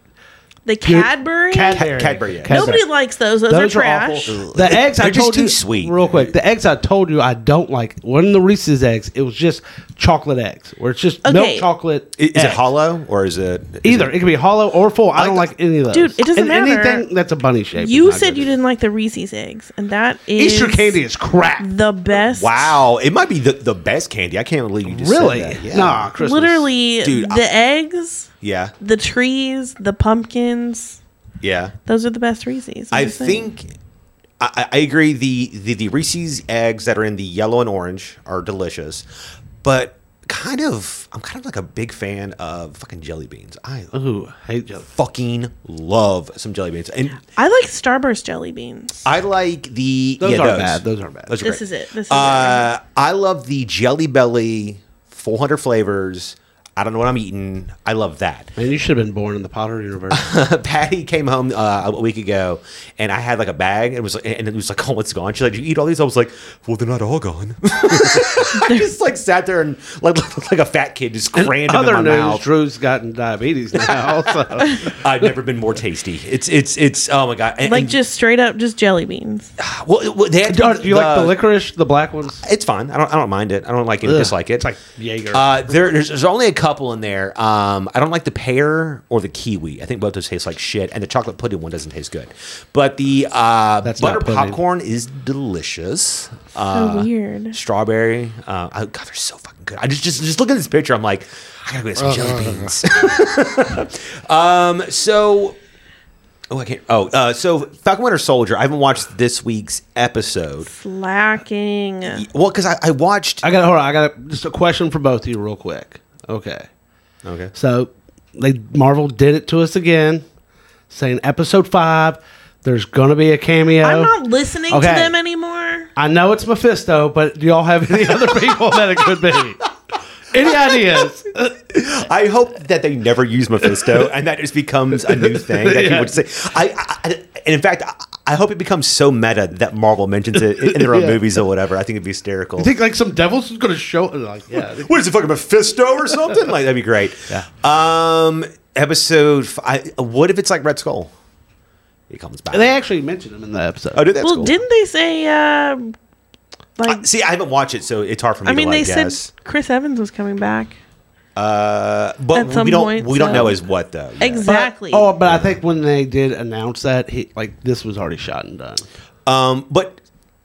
Speaker 4: The Cadbury.
Speaker 2: Cadbury.
Speaker 1: Cadbury eggs.
Speaker 4: Nobody likes those. Those, are trash.
Speaker 2: awful. The eggs I
Speaker 1: They're just
Speaker 2: told
Speaker 1: too
Speaker 2: you
Speaker 1: sweet.
Speaker 2: Real quick, the eggs I told you I don't like. One of the Reese's eggs, it was just chocolate eggs, where it's just
Speaker 4: Okay.
Speaker 2: milk chocolate.
Speaker 1: I- Is, it
Speaker 2: eggs.
Speaker 1: hollow or is it is
Speaker 2: Either
Speaker 1: it-
Speaker 2: it could be hollow or full. I, don't
Speaker 1: like
Speaker 2: like any of those.
Speaker 4: Dude, it doesn't
Speaker 2: And
Speaker 4: matter.
Speaker 2: Anything that's a bunny shape. is
Speaker 4: You
Speaker 2: not
Speaker 4: said
Speaker 2: good.
Speaker 4: you didn't like the Reese's eggs, and that is
Speaker 2: Easter candy is crap.
Speaker 4: The best.
Speaker 1: wow, it might be the, the best candy. I can't believe you just
Speaker 2: Really?
Speaker 1: Said that. Yeah.
Speaker 2: Nah, Christmas.
Speaker 4: Literally,
Speaker 1: Dude,
Speaker 4: the eggs,
Speaker 1: Yeah.
Speaker 4: the trees, the pumpkins.
Speaker 1: Yeah.
Speaker 4: Those are the best Reese's. I'm
Speaker 1: I
Speaker 4: just saying.
Speaker 1: think I, I I agree. The, the the Reese's eggs that are in the yellow and orange are delicious, but kind of I'm kind of like a big fan of fucking jelly beans. I
Speaker 2: Ooh, hate jelly.
Speaker 1: fucking love some jelly beans, and
Speaker 4: I like Starburst jelly beans.
Speaker 1: I like the
Speaker 2: Those
Speaker 1: yeah,
Speaker 2: aren't bad. Those aren't bad.
Speaker 1: Those are
Speaker 4: this
Speaker 1: great.
Speaker 4: is it. This is it.
Speaker 1: Uh, I love the Jelly Belly 400 flavors. I don't know what I'm eating. I love that.
Speaker 2: Man, you should have been born in the Potter universe.
Speaker 1: Patty came home uh, a week ago, and I had like a bag, and it was and it was like, "Oh, what's gone?" She's like, "Did you eat all these?" I was like, "Well, they're not all gone." I just like sat there and like looked like a fat kid just crammed them in
Speaker 2: Other
Speaker 1: my
Speaker 2: news:
Speaker 1: mouth.
Speaker 2: Drew's gotten diabetes now. So.
Speaker 1: I've never been more tasty. It's it's it's oh my god! And,
Speaker 4: like
Speaker 1: and-
Speaker 4: just straight up just jelly beans.
Speaker 1: well, it- well, they had
Speaker 2: Do you like the licorice, the black ones?
Speaker 1: It's fine. I don't. I don't mind it. I don't like it.
Speaker 2: Ugh.
Speaker 1: dislike it.
Speaker 2: It's like Jaeger.
Speaker 1: Uh, there, there's, there's only a couple in there. Um, I don't like the pear or the kiwi. I think both those taste like shit, and the chocolate pudding one doesn't taste good. But the uh,
Speaker 2: That's
Speaker 1: butter
Speaker 2: not pudding.
Speaker 1: popcorn is delicious.
Speaker 4: So
Speaker 1: Uh,
Speaker 4: weird.
Speaker 1: Strawberry. Uh, oh, God, they're so fucking good. I just just just look at this picture. I'm like, I gotta go get some jelly beans.
Speaker 2: Uh-huh.
Speaker 1: um, so. Oh, I can't. Oh, uh, so Falcon Winter Soldier. I haven't watched this week's episode.
Speaker 4: Slacking.
Speaker 1: Well, because I, I watched.
Speaker 2: I got hold on. I got just a question for both of you, real quick. Okay,
Speaker 1: Okay.
Speaker 2: so they Marvel did it to us again, saying episode five. There's gonna be a cameo.
Speaker 1: oh.
Speaker 4: I'm not listening
Speaker 2: Okay.
Speaker 4: to them anymore.
Speaker 2: I know it's Mephisto, but do y'all have any other people that it could be? Any ideas?
Speaker 1: I hope that they never use Mephisto and that just becomes a new thing that people just say. I, I, I- and in fact, I, I hope it becomes so meta that Marvel mentions it in their own
Speaker 2: Yeah.
Speaker 1: movies or whatever. I think it'd be hysterical.
Speaker 2: I think like some devil's is gonna show. Like yeah,
Speaker 1: what is it, fucking Mephisto or something? like that'd be great.
Speaker 2: Yeah.
Speaker 1: Um, episode. Five, what if it's like Red Skull? He comes back.
Speaker 2: they actually mentioned him in the episode.
Speaker 1: oh, dude, that's
Speaker 4: well,
Speaker 1: cool.
Speaker 4: didn't they say uh like
Speaker 1: See, I haven't watched it, so it's hard for me
Speaker 4: I mean
Speaker 1: to
Speaker 4: they
Speaker 1: like,
Speaker 4: said
Speaker 1: guess. Uh,
Speaker 4: Chris Evans was coming back.
Speaker 1: But
Speaker 4: at some
Speaker 1: we don't.
Speaker 4: point,
Speaker 1: we don't
Speaker 4: so-
Speaker 1: know as what though. Yeah.
Speaker 2: But-
Speaker 4: Exactly.
Speaker 2: oh, but I think when they did announce that, he like this was already shot and done.
Speaker 1: Um, but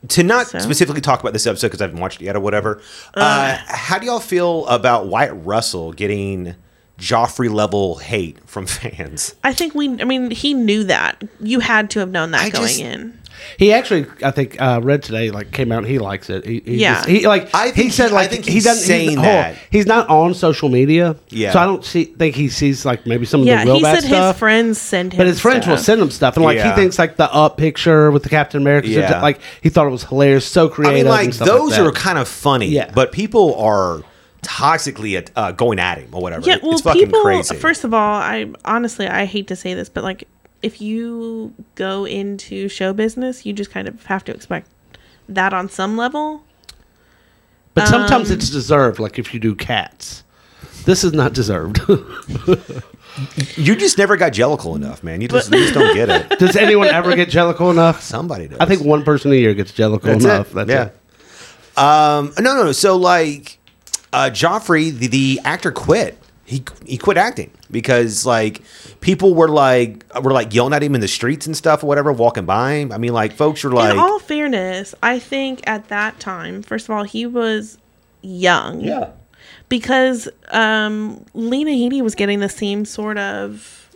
Speaker 1: to not
Speaker 4: So?
Speaker 1: specifically talk about this episode because I haven't watched it yet or whatever, uh, how do y'all feel about Wyatt Russell getting Joffrey level hate from fans?
Speaker 4: I think we I mean he knew that. You had to have known that
Speaker 1: I
Speaker 4: going
Speaker 1: just-
Speaker 4: in.
Speaker 2: He actually, I think, uh, read today. Like, came out and he likes it. He, he
Speaker 4: Yeah.
Speaker 2: just- he like.
Speaker 1: I think
Speaker 2: he said
Speaker 1: he- I
Speaker 2: like
Speaker 1: think
Speaker 2: he
Speaker 1: he's
Speaker 2: doesn't
Speaker 1: saying
Speaker 2: he's, hold
Speaker 1: that.
Speaker 2: on. he's not on social media.
Speaker 1: Yeah.
Speaker 2: So I don't see think he sees like maybe some of
Speaker 4: Yeah,
Speaker 2: the real
Speaker 4: he
Speaker 2: bad
Speaker 4: said
Speaker 2: stuff.
Speaker 4: his friends send him
Speaker 2: but his friends will
Speaker 4: stuff.
Speaker 2: send him stuff, and like
Speaker 1: Yeah.
Speaker 2: he thinks like the up picture with the Captain America,
Speaker 1: Yeah.
Speaker 2: like he thought it was hilarious, so
Speaker 1: I
Speaker 2: creative.
Speaker 1: mean, like
Speaker 2: and stuff like
Speaker 1: those
Speaker 2: that.
Speaker 1: are kind of funny,
Speaker 2: Yeah.
Speaker 1: but people are toxically at, uh, going at him or whatever.
Speaker 4: Yeah,
Speaker 1: It-
Speaker 4: well,
Speaker 1: it's fucking
Speaker 4: people.
Speaker 1: crazy.
Speaker 4: First of all, I honestly I hate to say this, but like if you go into show business, you just kind of have to expect that on some level.
Speaker 2: But sometimes
Speaker 4: Um,
Speaker 2: it's deserved, like if you do cats. This is not deserved.
Speaker 1: You just never got jellical enough, man. You just, you just don't get it.
Speaker 2: does anyone ever get jellical enough?
Speaker 1: Somebody does.
Speaker 2: I think one person a year gets jellical
Speaker 1: That's
Speaker 2: enough.
Speaker 1: it. yeah. Um, no, no, no. So like, uh, Joffrey, the, the actor, quit. He he quit acting because like people were like were like yelling at him in the streets and stuff or whatever, walking by him. I mean, like folks were like,
Speaker 4: In all fairness, I think at that time, first of all, he was young.
Speaker 2: Yeah.
Speaker 4: Because um, Lena Headey was getting the same sort of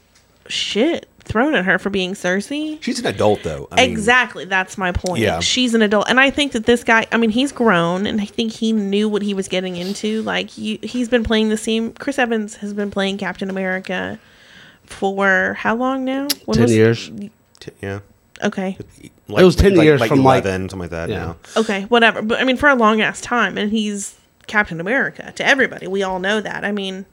Speaker 4: shit thrown at her for being Cersei.
Speaker 1: she's an adult though. I mean,
Speaker 4: exactly. That's my point.
Speaker 1: Yeah.
Speaker 4: She's an adult. And I think that this guy, I mean, he's grown and I think he knew what he was getting into. Like, you, he's been playing the same. Chris Evans has been playing Captain America for how long now? When
Speaker 2: 10
Speaker 4: was-
Speaker 2: years.
Speaker 1: t- yeah.
Speaker 4: Okay.
Speaker 1: Like,
Speaker 2: It was 10 years from, like-
Speaker 1: something like that.
Speaker 2: Yeah.
Speaker 1: Now
Speaker 4: Okay, whatever. But I mean, for a long ass time, and he's Captain America to everybody. We all know that. I mean,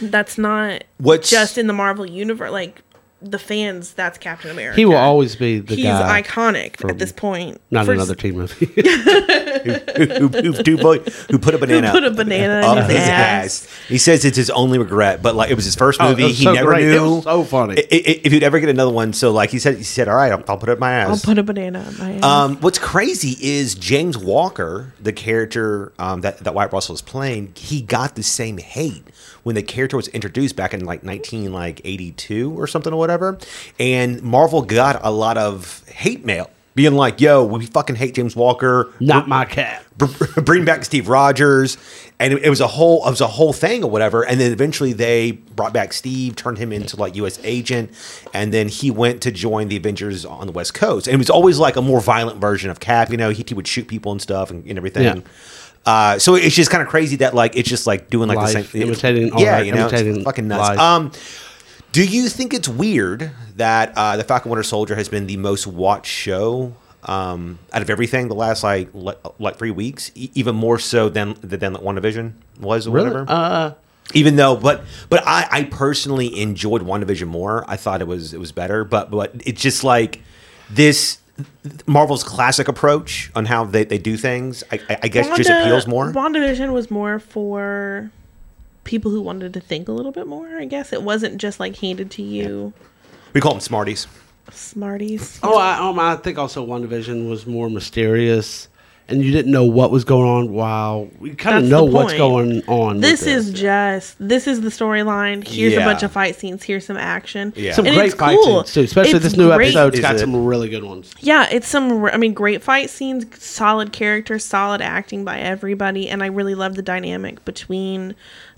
Speaker 4: that's not
Speaker 1: What's-
Speaker 4: just in the Marvel universe. Like the fans, that's Captain America.
Speaker 2: He will always be the
Speaker 4: He's
Speaker 2: guy.
Speaker 4: iconic at this point.
Speaker 2: Not
Speaker 4: For-
Speaker 2: another teen movie.
Speaker 1: who, who, who, who, who put a banana
Speaker 4: Put a banana
Speaker 1: up
Speaker 4: in his, ass.
Speaker 1: He says it's his only regret, but like it was his first
Speaker 2: Oh, it
Speaker 1: movie.
Speaker 2: was
Speaker 1: he
Speaker 2: so
Speaker 1: never
Speaker 2: great.
Speaker 1: knew.
Speaker 2: It was so funny.
Speaker 1: I- I- if he'd ever get another one, so like he said, he said, "All right, I'll, I'll put it up my ass."
Speaker 4: I'll put a banana in my ass.
Speaker 1: Um, what's crazy is James Walker, the character um, that that White Russell is playing, he got the same hate when the character was introduced back in like nineteen like eighty two or something or whatever, and Marvel got a lot of hate mail being like, "Yo, we fucking hate James Walker.
Speaker 2: not my cat.
Speaker 1: Br- br- Bring back Steve Rogers." And it it was a whole it was a whole thing or whatever. And then eventually they brought back Steve, turned him into like U.S. agent, and then he went to join the Avengers on the West Coast. And it was always like a more violent version of Cap. You know, he, he would shoot people and stuff and, and everything.
Speaker 2: Yeah.
Speaker 1: Uh, so it's just kind of crazy that like it's just like doing like the
Speaker 2: Life,
Speaker 1: same
Speaker 2: imitating
Speaker 1: yeah,
Speaker 2: art,
Speaker 1: you know, it's
Speaker 2: imitating
Speaker 1: fucking nuts.
Speaker 2: life.
Speaker 1: Um, do you think it's weird that uh, the Falcon Winter Soldier has been the most watched show um, out of everything the last like le- like three weeks, e- even more so than than like WandaVision was or whatever?
Speaker 2: Uh,
Speaker 1: even though, but but I, I personally enjoyed WandaVision more. I thought it was it was better, but but it's just like this Marvel's classic approach on how they, they do things. I, I, I guess just appeals more.
Speaker 4: WandaVision was more for people who wanted to think a little bit more. I guess it wasn't just like handed to you,
Speaker 1: we call them Smarties.
Speaker 4: Smarties.
Speaker 2: oh, I, um, I think also One Division was more mysterious, and you didn't know what was going on. While we kind of
Speaker 4: That's the
Speaker 2: know what's
Speaker 4: point.
Speaker 2: going on. with
Speaker 4: this is just this is the storyline. Here's
Speaker 1: Yeah.
Speaker 4: a bunch of fight scenes. Here's some action.
Speaker 1: Yeah.
Speaker 2: some
Speaker 1: and
Speaker 2: great fight scenes too, especially
Speaker 4: It's
Speaker 2: this new
Speaker 4: great.
Speaker 2: episode.
Speaker 1: Is
Speaker 2: It's got
Speaker 1: it-
Speaker 2: some really good ones.
Speaker 4: Yeah, it's some. I mean, great fight scenes, solid characters, solid acting by everybody, and I really love the dynamic between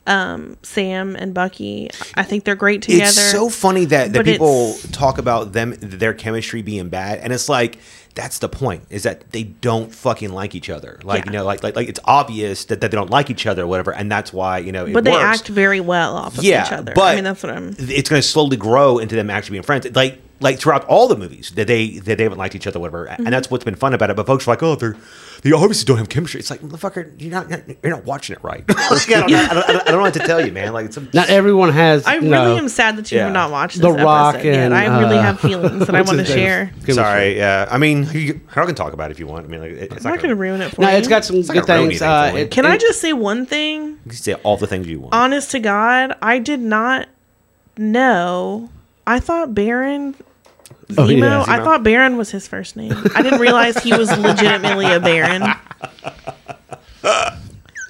Speaker 4: um, Sam and Bucky. I think they're great together.
Speaker 1: It's so funny that, that
Speaker 4: but
Speaker 1: people
Speaker 4: it's-
Speaker 1: talk about them their chemistry being bad, and it's like that's the point is that they don't fucking like each other. Like you
Speaker 4: Yeah.
Speaker 1: know, like like, like it's obvious that, that they don't like each other, or whatever, and that's why you know. It
Speaker 4: but they
Speaker 1: works.
Speaker 4: act very well off of
Speaker 1: yeah,
Speaker 4: each other.
Speaker 1: But
Speaker 4: I mean, that's what I'm.
Speaker 1: It's going to slowly grow into them actually being friends. Like like throughout all the movies that they that they haven't liked each other, whatever.
Speaker 4: Mm-hmm.
Speaker 1: And that's what's been fun about it. But folks are like, oh, they're they obviously don't have chemistry. It's like motherfucker, you're not you're not watching it right. Like, I, don't, I, don't, I don't know what to tell you, man. Like it's a,
Speaker 2: Not everyone has.
Speaker 4: I
Speaker 2: you
Speaker 4: really
Speaker 2: know,
Speaker 4: am sad that you
Speaker 1: Yeah.
Speaker 4: have not watched this
Speaker 2: The
Speaker 4: episode
Speaker 2: Rock
Speaker 4: yet.
Speaker 2: and,
Speaker 4: I really
Speaker 2: uh,
Speaker 4: have feelings that I
Speaker 2: what's
Speaker 4: want to
Speaker 2: his name?
Speaker 4: share.
Speaker 2: Give me
Speaker 1: Sorry, yeah. I mean, you, I can talk about it if you want. I mean, like, it- it's
Speaker 4: I'm not going to ruin it for
Speaker 2: No,
Speaker 4: you.
Speaker 2: it's got some
Speaker 1: not
Speaker 2: good
Speaker 1: gonna ruin
Speaker 2: things.
Speaker 1: anything
Speaker 2: Uh,
Speaker 1: for you.
Speaker 2: it-
Speaker 4: Can I
Speaker 2: it-
Speaker 4: just say one thing?
Speaker 1: You can say all the things you want.
Speaker 4: honest to God, I did not know. I thought Baron.
Speaker 2: Oh,
Speaker 4: Zemo,
Speaker 2: yeah.
Speaker 4: I thought Baron was his first name. I didn't realize he was legitimately a Baron.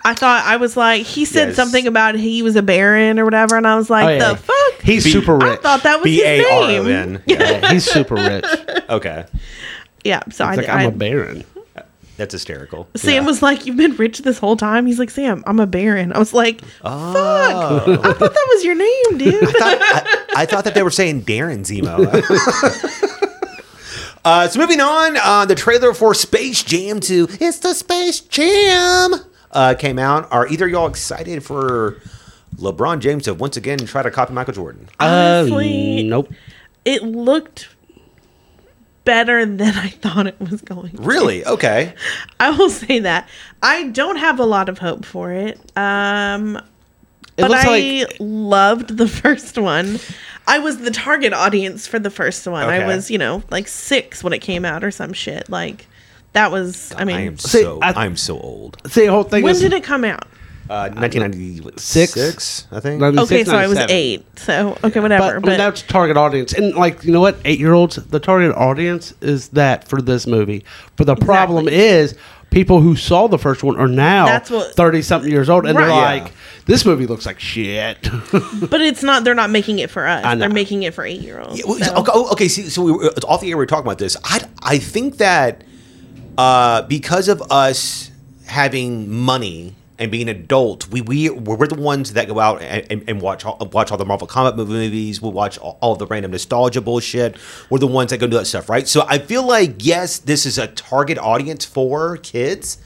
Speaker 4: I thought I was like he said
Speaker 1: Yes.
Speaker 4: something about he was a Baron or whatever, and I was like,
Speaker 2: Oh, yeah.
Speaker 4: the fuck.
Speaker 2: He's
Speaker 1: B-
Speaker 2: super
Speaker 4: I
Speaker 2: rich.
Speaker 4: thought that was
Speaker 1: B A R
Speaker 4: his
Speaker 1: O
Speaker 4: name.
Speaker 1: N. Yeah,
Speaker 2: Yeah, he's super rich.
Speaker 1: Okay,
Speaker 4: Yeah, so I,
Speaker 2: It's like
Speaker 4: I
Speaker 2: I'm a baron.
Speaker 1: that's hysterical.
Speaker 4: Sam was like, "You've been rich this whole time." He's like, "Sam, I'm a Baron." I was like,
Speaker 1: Oh.
Speaker 4: "Fuck, I thought that was your name, dude."
Speaker 1: I, I thought that they were saying Darren Zemo. uh, so moving on, uh, the trailer for Space Jam 2. It's the Space Jam uh, came out. Are either of y'all excited for LeBron James to once again try to copy Michael Jordan?
Speaker 4: Honestly,
Speaker 2: Uh, nope.
Speaker 4: it looked better than I thought it was going. to.
Speaker 1: Really? Okay.
Speaker 4: I will say that I don't have a lot of hope for it. Um,
Speaker 2: It
Speaker 4: but
Speaker 2: looks
Speaker 4: I
Speaker 2: like
Speaker 4: loved the first one. I was the target audience for the first one.
Speaker 1: Okay.
Speaker 4: I was, you know, like six when it came out or some shit. Like That was, I mean,
Speaker 1: I am
Speaker 2: See,
Speaker 1: so
Speaker 2: I-
Speaker 1: I, am so old.
Speaker 2: See, the whole thing
Speaker 4: when
Speaker 2: is
Speaker 4: did it come out?
Speaker 1: Uh, 1996,
Speaker 2: Six?
Speaker 1: I think.
Speaker 2: 96,
Speaker 4: Okay, so I was
Speaker 2: 97.
Speaker 4: eight. So okay,
Speaker 2: But,
Speaker 4: whatever.
Speaker 2: but that's target audience, and like you know what, eight year olds. The target audience is that for this movie. But the problem is, people who saw the first one are now
Speaker 4: That's what-
Speaker 2: thirty something years old, and they're
Speaker 4: Right.
Speaker 2: like, "This movie looks like shit."
Speaker 4: But it's not. They're not making it for us.
Speaker 2: I know.
Speaker 4: They're making it for eight year olds.
Speaker 1: Yeah, well, okay, oh, okay, see, so we were, off the air we were talking about this. I, I think that uh, because of us having money and being adult, we we we're the ones that go out and, and, and watch all, watch all the Marvel comic movie movies. We watch all, all the random nostalgia bullshit. We're the ones that go do that stuff, right? So I feel like yes, this is a target audience for kids.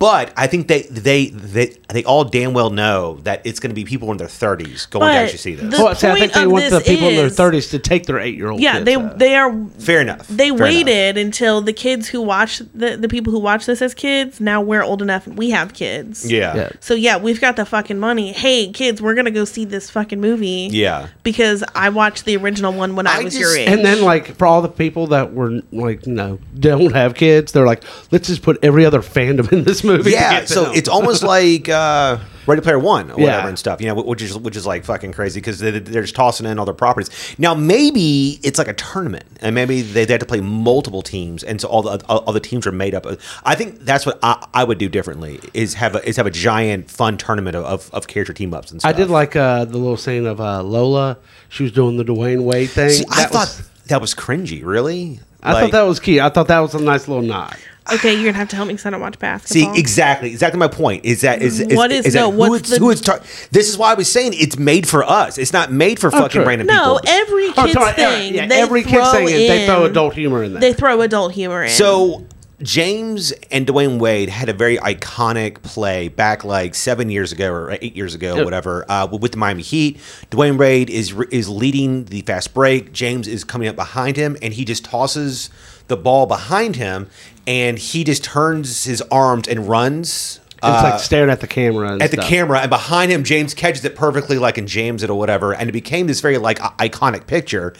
Speaker 1: But I think they they they, they all damn well know that it's going to be people in their 30s going
Speaker 4: But
Speaker 1: to actually see this.
Speaker 4: the-
Speaker 2: Well, see, I
Speaker 4: point
Speaker 2: think they
Speaker 4: of
Speaker 2: want the
Speaker 4: this
Speaker 2: people in their
Speaker 4: is-
Speaker 2: thirties to take their eight year old.
Speaker 4: yeah, they they are
Speaker 1: Fair enough.
Speaker 4: they
Speaker 1: Fair enough.
Speaker 4: waited until the kids who watch the the people who watch this as kids now we're old enough and we have kids.
Speaker 1: Yeah.
Speaker 2: Yeah.
Speaker 4: So yeah, we've got the fucking money. Hey kids, we're gonna go see this fucking movie.
Speaker 1: Yeah.
Speaker 4: Because I watched the original one when I,
Speaker 1: I
Speaker 4: was
Speaker 1: just-
Speaker 4: your age.
Speaker 2: And then, like, for all the people that were like, you know, don't have kids, they're like, let's just put every other fandom in this movie. to
Speaker 1: yeah,
Speaker 2: get
Speaker 1: so
Speaker 2: them."
Speaker 1: it's almost like uh, Ready Player One or whatever
Speaker 2: Yeah.
Speaker 1: and stuff, you know, which is which is like fucking crazy because they, they're just tossing in all their properties. Now maybe it's like a tournament, and maybe they, they have to play multiple teams, and so all the all, all the teams are made up. of- I think that's what I, I would do differently is have a, is have a giant fun tournament of, of, of character team ups and stuff.
Speaker 2: I did like uh, the little scene of uh, Lola. She was doing the Dwayne Wade thing.
Speaker 1: See, I
Speaker 2: That was-
Speaker 1: thought that was cringy. Really,
Speaker 2: I
Speaker 1: Like-
Speaker 2: thought that was key. I thought that was a nice little nod.
Speaker 4: okay, you're gonna have to help me because I don't watch basketball.
Speaker 1: See exactly, exactly my point. Is that is, is
Speaker 4: What is-
Speaker 1: that
Speaker 4: no,
Speaker 1: who
Speaker 4: what's
Speaker 1: it's,
Speaker 4: the-
Speaker 1: who it's tar- This is why I was saying it's made for us. It's not made for fucking
Speaker 2: true.
Speaker 1: random people.
Speaker 4: Oh, No, every
Speaker 2: Oh,
Speaker 4: kid's
Speaker 2: sorry, every-
Speaker 4: thing.
Speaker 2: yeah,
Speaker 4: they
Speaker 2: every
Speaker 4: throw
Speaker 2: kid's thing,
Speaker 4: in,
Speaker 2: is they throw adult humor in there.
Speaker 4: They throw adult humor in.
Speaker 1: So James and Dwayne Wade had a very iconic play back like seven years ago or eight years ago,
Speaker 2: Yep.
Speaker 1: whatever, uh, with the Miami Heat. Dwayne Wade is is leading the fast break. James is coming up behind him, and he just tosses the ball behind him, and he just turns his arms and runs.
Speaker 2: it's
Speaker 1: uh,
Speaker 2: like staring at the camera. And
Speaker 1: at the
Speaker 2: stuff.
Speaker 1: camera, and behind him, James catches it perfectly, like and jams it or whatever, and it became this very like i- iconic picture.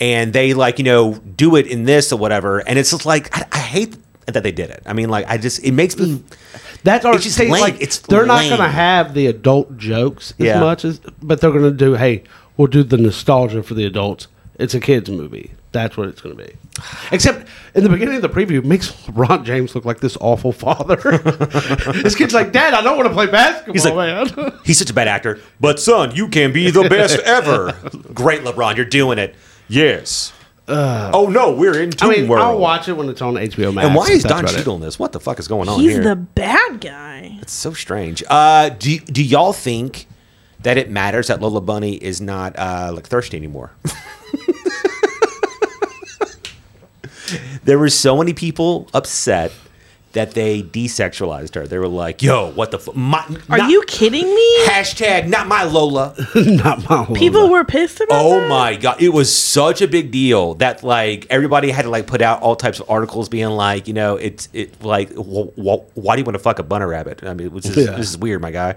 Speaker 1: And they like you know do it in this or whatever, and it's just like I, I hate that they did it. I mean, like I just it makes me
Speaker 2: That's our
Speaker 1: It's just
Speaker 2: thing.
Speaker 1: lame.
Speaker 2: Like
Speaker 1: It's
Speaker 2: they're not going to
Speaker 1: lame.
Speaker 2: have the adult jokes as
Speaker 1: Yeah.
Speaker 2: much as, but they're going to do. Hey, we'll do the nostalgia for the adults. It's a kids movie. That's what it's going to be. Except in the beginning of the preview, it makes LeBron James look like this awful father. this kid's like, Dad, I don't want to play basketball,
Speaker 1: He's like-
Speaker 2: man.
Speaker 1: he's such a bad actor. But son, you can be the best ever. Great LeBron, you're doing it. Yes. oh no, we're in Tomb
Speaker 2: I mean,
Speaker 1: World.
Speaker 2: I'll watch it when it's on HBO Max.
Speaker 1: and why
Speaker 2: if
Speaker 1: is
Speaker 2: that's
Speaker 1: Don
Speaker 2: about it.
Speaker 1: Cheadle in this? What the fuck is going
Speaker 2: oh,
Speaker 1: on
Speaker 4: he's
Speaker 1: here?
Speaker 4: the bad guy.
Speaker 1: It's so strange. Uh, do do y'all think that it matters that Lola Bunny is not uh, like thirsty anymore? there were so many people upset that they desexualized her. They were like, "Yo, what the? F- my,
Speaker 4: Are
Speaker 1: not-
Speaker 4: you kidding me?
Speaker 1: hashtag not my Lola?"
Speaker 2: Not my Lola.
Speaker 4: People were pissed about
Speaker 1: Oh
Speaker 4: that?
Speaker 1: my god, it was such a big deal that like everybody had to like put out all types of articles being like, you know, it's it like wh- wh- why do you want to fuck a bunny rabbit? I mean, this is
Speaker 2: Yeah.
Speaker 1: this is weird, my guy.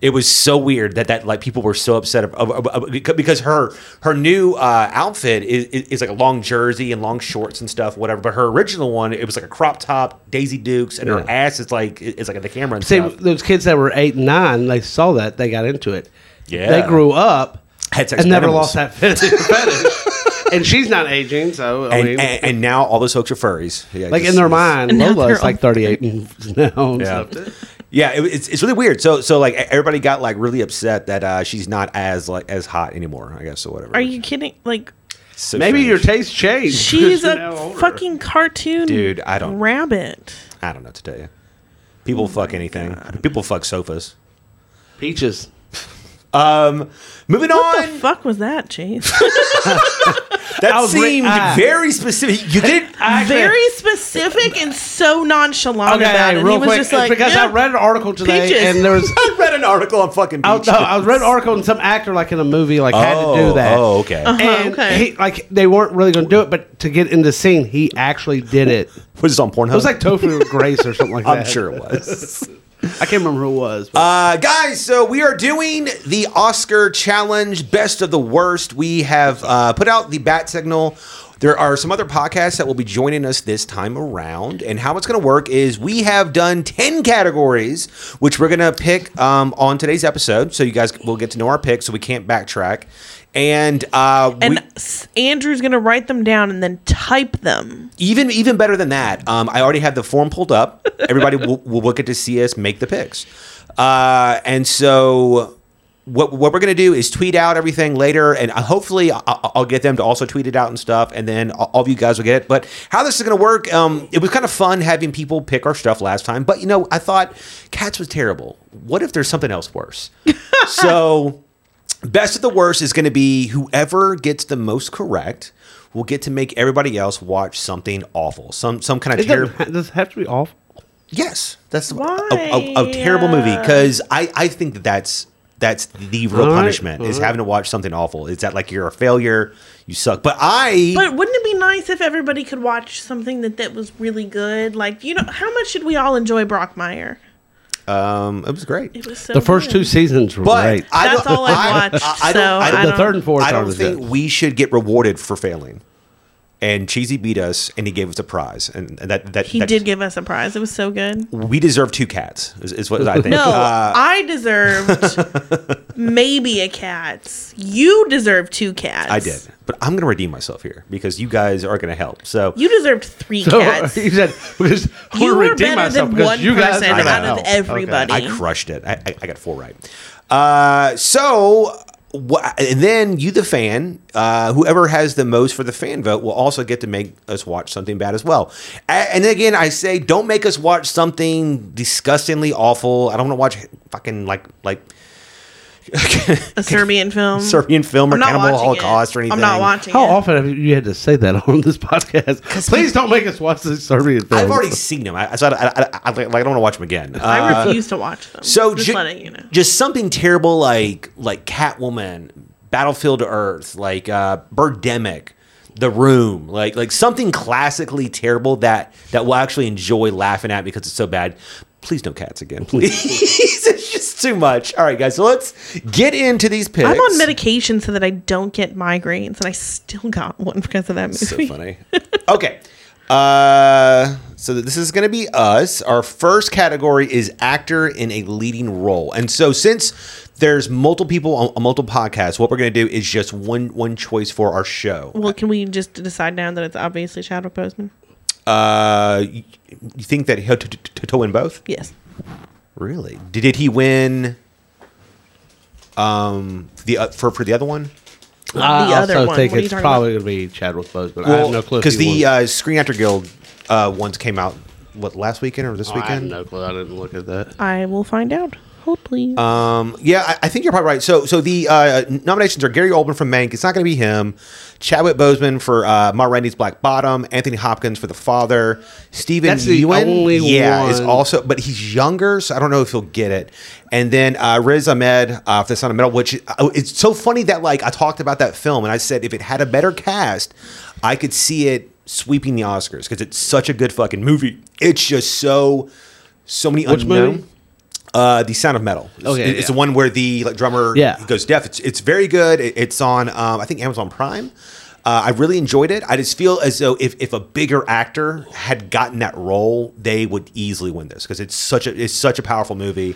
Speaker 1: It was so weird that that like people were so upset of, of, of- of- because her her new uh, outfit is, is is like a long jersey and long shorts and stuff, whatever. But her original one, it was like a crop top, Daisy Dukes, and her
Speaker 2: Yeah.
Speaker 1: ass is like is like in the camera and
Speaker 2: See,
Speaker 1: stuff.
Speaker 2: those kids that were eight and nine, they saw that, they got into it.
Speaker 1: Yeah.
Speaker 2: They grew up
Speaker 1: Had sex
Speaker 2: and
Speaker 1: with
Speaker 2: never
Speaker 1: animals.
Speaker 2: lost that fetish. fetish. and she's not aging, so, I
Speaker 1: And,
Speaker 2: mean,
Speaker 1: and, and now all those folks are furries. Yeah,
Speaker 2: like in
Speaker 1: just-
Speaker 2: their mind,
Speaker 4: And now
Speaker 2: Lola is
Speaker 4: they're
Speaker 2: like 38 and now. and
Speaker 1: Yeah,
Speaker 2: stuff.
Speaker 1: yeah, it, it's, it's really weird. So so like e, everybody got like really upset that uh, she's not as like as hot anymore. I guess or whatever.
Speaker 4: Are you kidding? Like
Speaker 1: So
Speaker 2: Maybe
Speaker 1: strange.
Speaker 2: your taste changed.
Speaker 4: she's
Speaker 2: You're now
Speaker 4: a
Speaker 2: older.
Speaker 4: fucking cartoon
Speaker 1: Dude, I don't-
Speaker 4: rabbit.
Speaker 1: I don't know what to tell you. People
Speaker 2: Oh
Speaker 1: fuck anything. People fuck sofas. Um,
Speaker 2: Peaches.
Speaker 1: Moving
Speaker 4: What
Speaker 1: on.
Speaker 4: the fuck was that, Chase?
Speaker 1: that
Speaker 2: was re-
Speaker 1: seemed
Speaker 2: ah.
Speaker 1: very specific. You did.
Speaker 4: Very specific and so nonchalant about it.
Speaker 2: Okay,
Speaker 4: he
Speaker 2: real
Speaker 4: was
Speaker 2: quick.
Speaker 4: just like,
Speaker 2: because
Speaker 4: "Yeah."
Speaker 2: I read an article today
Speaker 4: Peaches.
Speaker 2: and there was.
Speaker 1: I read an article on fucking.
Speaker 2: I, was-
Speaker 1: Beach.
Speaker 2: no, I was read an article and some actor like in a movie like had to do
Speaker 1: Oh,
Speaker 2: that. Uh-huh.
Speaker 1: Oh, okay.
Speaker 2: And
Speaker 4: Uh-huh, okay.
Speaker 2: he, like they weren't really going to do it, but to get in the scene, he actually did it. It
Speaker 1: Was this on Pornhub?
Speaker 2: was like tofu or grace or something like that.
Speaker 1: I'm sure it was.
Speaker 2: I can't remember who it was. But
Speaker 1: Uh, guys, so we are doing the Oscar challenge, best of the worst. We have uh, put out the bat signal. There are some other podcasts that will be joining us this time around. And how it's going to work is we have done 10 categories, which we're going to pick um, on today's episode. So you guys will get to know our picks so we can't backtrack. And, uh, we-
Speaker 4: And s Andrew's gonna write them down and then type them.
Speaker 1: even even better than that, um, I already have the form pulled up. Everybody will, will get to see us make the picks. Uh, and so what what we're gonna do is tweet out everything later, and I- hopefully I- I'll, I'll get them to also tweet it out and stuff, and then all all of you guys will get it. But how this is gonna work? Um, it was kind of fun having people pick our stuff last time, but you know I thought cats was terrible. What if there's something else worse? so. Best of the worst is going to be whoever gets the most correct will get to make everybody else watch something awful, some some kind of
Speaker 2: It
Speaker 1: terrible.
Speaker 2: doesn't, ha- does it have to be awful?
Speaker 1: Yes, that's a,
Speaker 4: Why?
Speaker 1: a, a, a terrible movie because I I think that that's that's the real
Speaker 2: All right,
Speaker 1: punishment is
Speaker 2: all right.
Speaker 1: having to watch something awful. Is that like you're a failure, you suck? But I
Speaker 4: But wouldn't it be nice if everybody could watch something that that was really good? Like you know, how much did we all enjoy Brockmire?
Speaker 1: um, it was great.
Speaker 4: It was so
Speaker 2: The first two
Speaker 4: good.
Speaker 2: seasons were
Speaker 1: But
Speaker 2: great.
Speaker 1: I
Speaker 4: That's
Speaker 1: don't,
Speaker 4: all I've watched, so I
Speaker 2: the
Speaker 4: don't-
Speaker 2: third and fourth
Speaker 1: I
Speaker 2: are
Speaker 1: don't
Speaker 2: the
Speaker 1: think
Speaker 2: good.
Speaker 1: we should get rewarded for failing. And Cheesy beat us, and he gave us a prize, and, and that that
Speaker 4: He
Speaker 1: that's-
Speaker 4: did give us a prize. It was so good.
Speaker 1: we deserve two cats is, is what i think
Speaker 4: No,
Speaker 1: Uh,
Speaker 4: I deserved maybe a cat's. You deserve two cats.
Speaker 1: i did but i'm gonna redeem myself here because you guys are gonna help so
Speaker 4: You deserved three
Speaker 2: So,
Speaker 4: cats.
Speaker 2: he said because I'm
Speaker 4: You
Speaker 2: gonna
Speaker 4: were
Speaker 2: redeem
Speaker 4: better
Speaker 2: myself
Speaker 4: than
Speaker 2: because
Speaker 4: one
Speaker 2: you guys
Speaker 4: person
Speaker 2: are gonna
Speaker 1: out of
Speaker 2: help.
Speaker 4: everybody.
Speaker 1: i crushed it i, I, I got four right uh, so wha- and then you the fan uh, whoever has the most for the fan vote will also get to make us watch something bad as well A- and again i say don't make us watch something disgustingly awful i don't want to watch fucking like like
Speaker 4: A Serbian film.
Speaker 1: serbian film or
Speaker 4: I'm not
Speaker 1: cannibal
Speaker 4: watching it.
Speaker 1: holocaust or anything
Speaker 4: I'm not watching
Speaker 2: How
Speaker 4: it.
Speaker 2: often have you- you had to say that on this podcast? Please don't make us watch this Serbian film.
Speaker 1: I've already seen them. I, so I, I, I, I, like, I don't want to watch them again. Uh,
Speaker 4: I refuse to watch them.
Speaker 1: so
Speaker 4: just
Speaker 1: ju-
Speaker 4: letting you know.
Speaker 1: just something terrible like like Catwoman, Battlefield Earth, like uh, Birdemic, The Room, like like something classically terrible that that we'll actually enjoy laughing at because it's so bad. Please no cats again, please. it's just too much. All right, guys. So let's get into these picks.
Speaker 4: I'm on medication so that I don't get migraines, and I still got one because of that movie.
Speaker 1: so funny. okay. Uh, so this is going to be us. Our first category is actor in a leading role, and so since there's multiple people on, on multiple podcasts, what we're going to do is just one one choice for our show.
Speaker 4: Well, can we just decide now that it's obviously Shadow Postman?
Speaker 1: Uh, you, you think that he'll t- t- t- win both?
Speaker 4: Yes.
Speaker 1: Really? Did, did he win? Um, the uh, for for the other one.
Speaker 4: the
Speaker 2: I
Speaker 4: other
Speaker 2: also
Speaker 4: one.
Speaker 2: think
Speaker 4: What are you
Speaker 2: it's
Speaker 4: talking
Speaker 2: probably going to be Chadwick Boseman. I have no clue if
Speaker 1: because
Speaker 2: he
Speaker 1: the
Speaker 2: won.
Speaker 1: uh, Screen Actor Guild uh, ones came out what last weekend or
Speaker 4: uh,
Speaker 1: this
Speaker 2: Oh, I have
Speaker 1: weekend?
Speaker 2: no clue. I didn't look at that.
Speaker 4: I will find out. Hold please.
Speaker 1: Um, yeah, I, I think you're probably right. So, so the uh, nominations are Gary Oldman from Mank. It's not going to be him. Chadwick Boseman for uh, Ma Rainey's Black Bottom. Anthony Hopkins for The Father. Stephen
Speaker 2: That's the
Speaker 1: Ewan,
Speaker 2: only
Speaker 1: yeah, is
Speaker 2: one.
Speaker 1: also, but he's younger, so I don't know if he'll get it. And then uh, Riz Ahmed uh, for The Son of Metal, which uh, it's so funny that like I talked about that film and I said if it had a better cast, I could see it sweeping the Oscars because it's such a good fucking movie. It's just so. So many
Speaker 2: Which
Speaker 1: unknown.
Speaker 2: movie?
Speaker 1: Uh, the Sound of Metal. It's,
Speaker 2: Okay,
Speaker 1: it's
Speaker 2: yeah.
Speaker 1: the one where the like, drummer
Speaker 2: Yeah.
Speaker 1: goes deaf. It's it's very good. It- it's on um, I think Amazon Prime. Uh, I really enjoyed it. I just feel as though if, if a bigger actor had gotten that role, they would easily win this because it's such a it's such a powerful movie.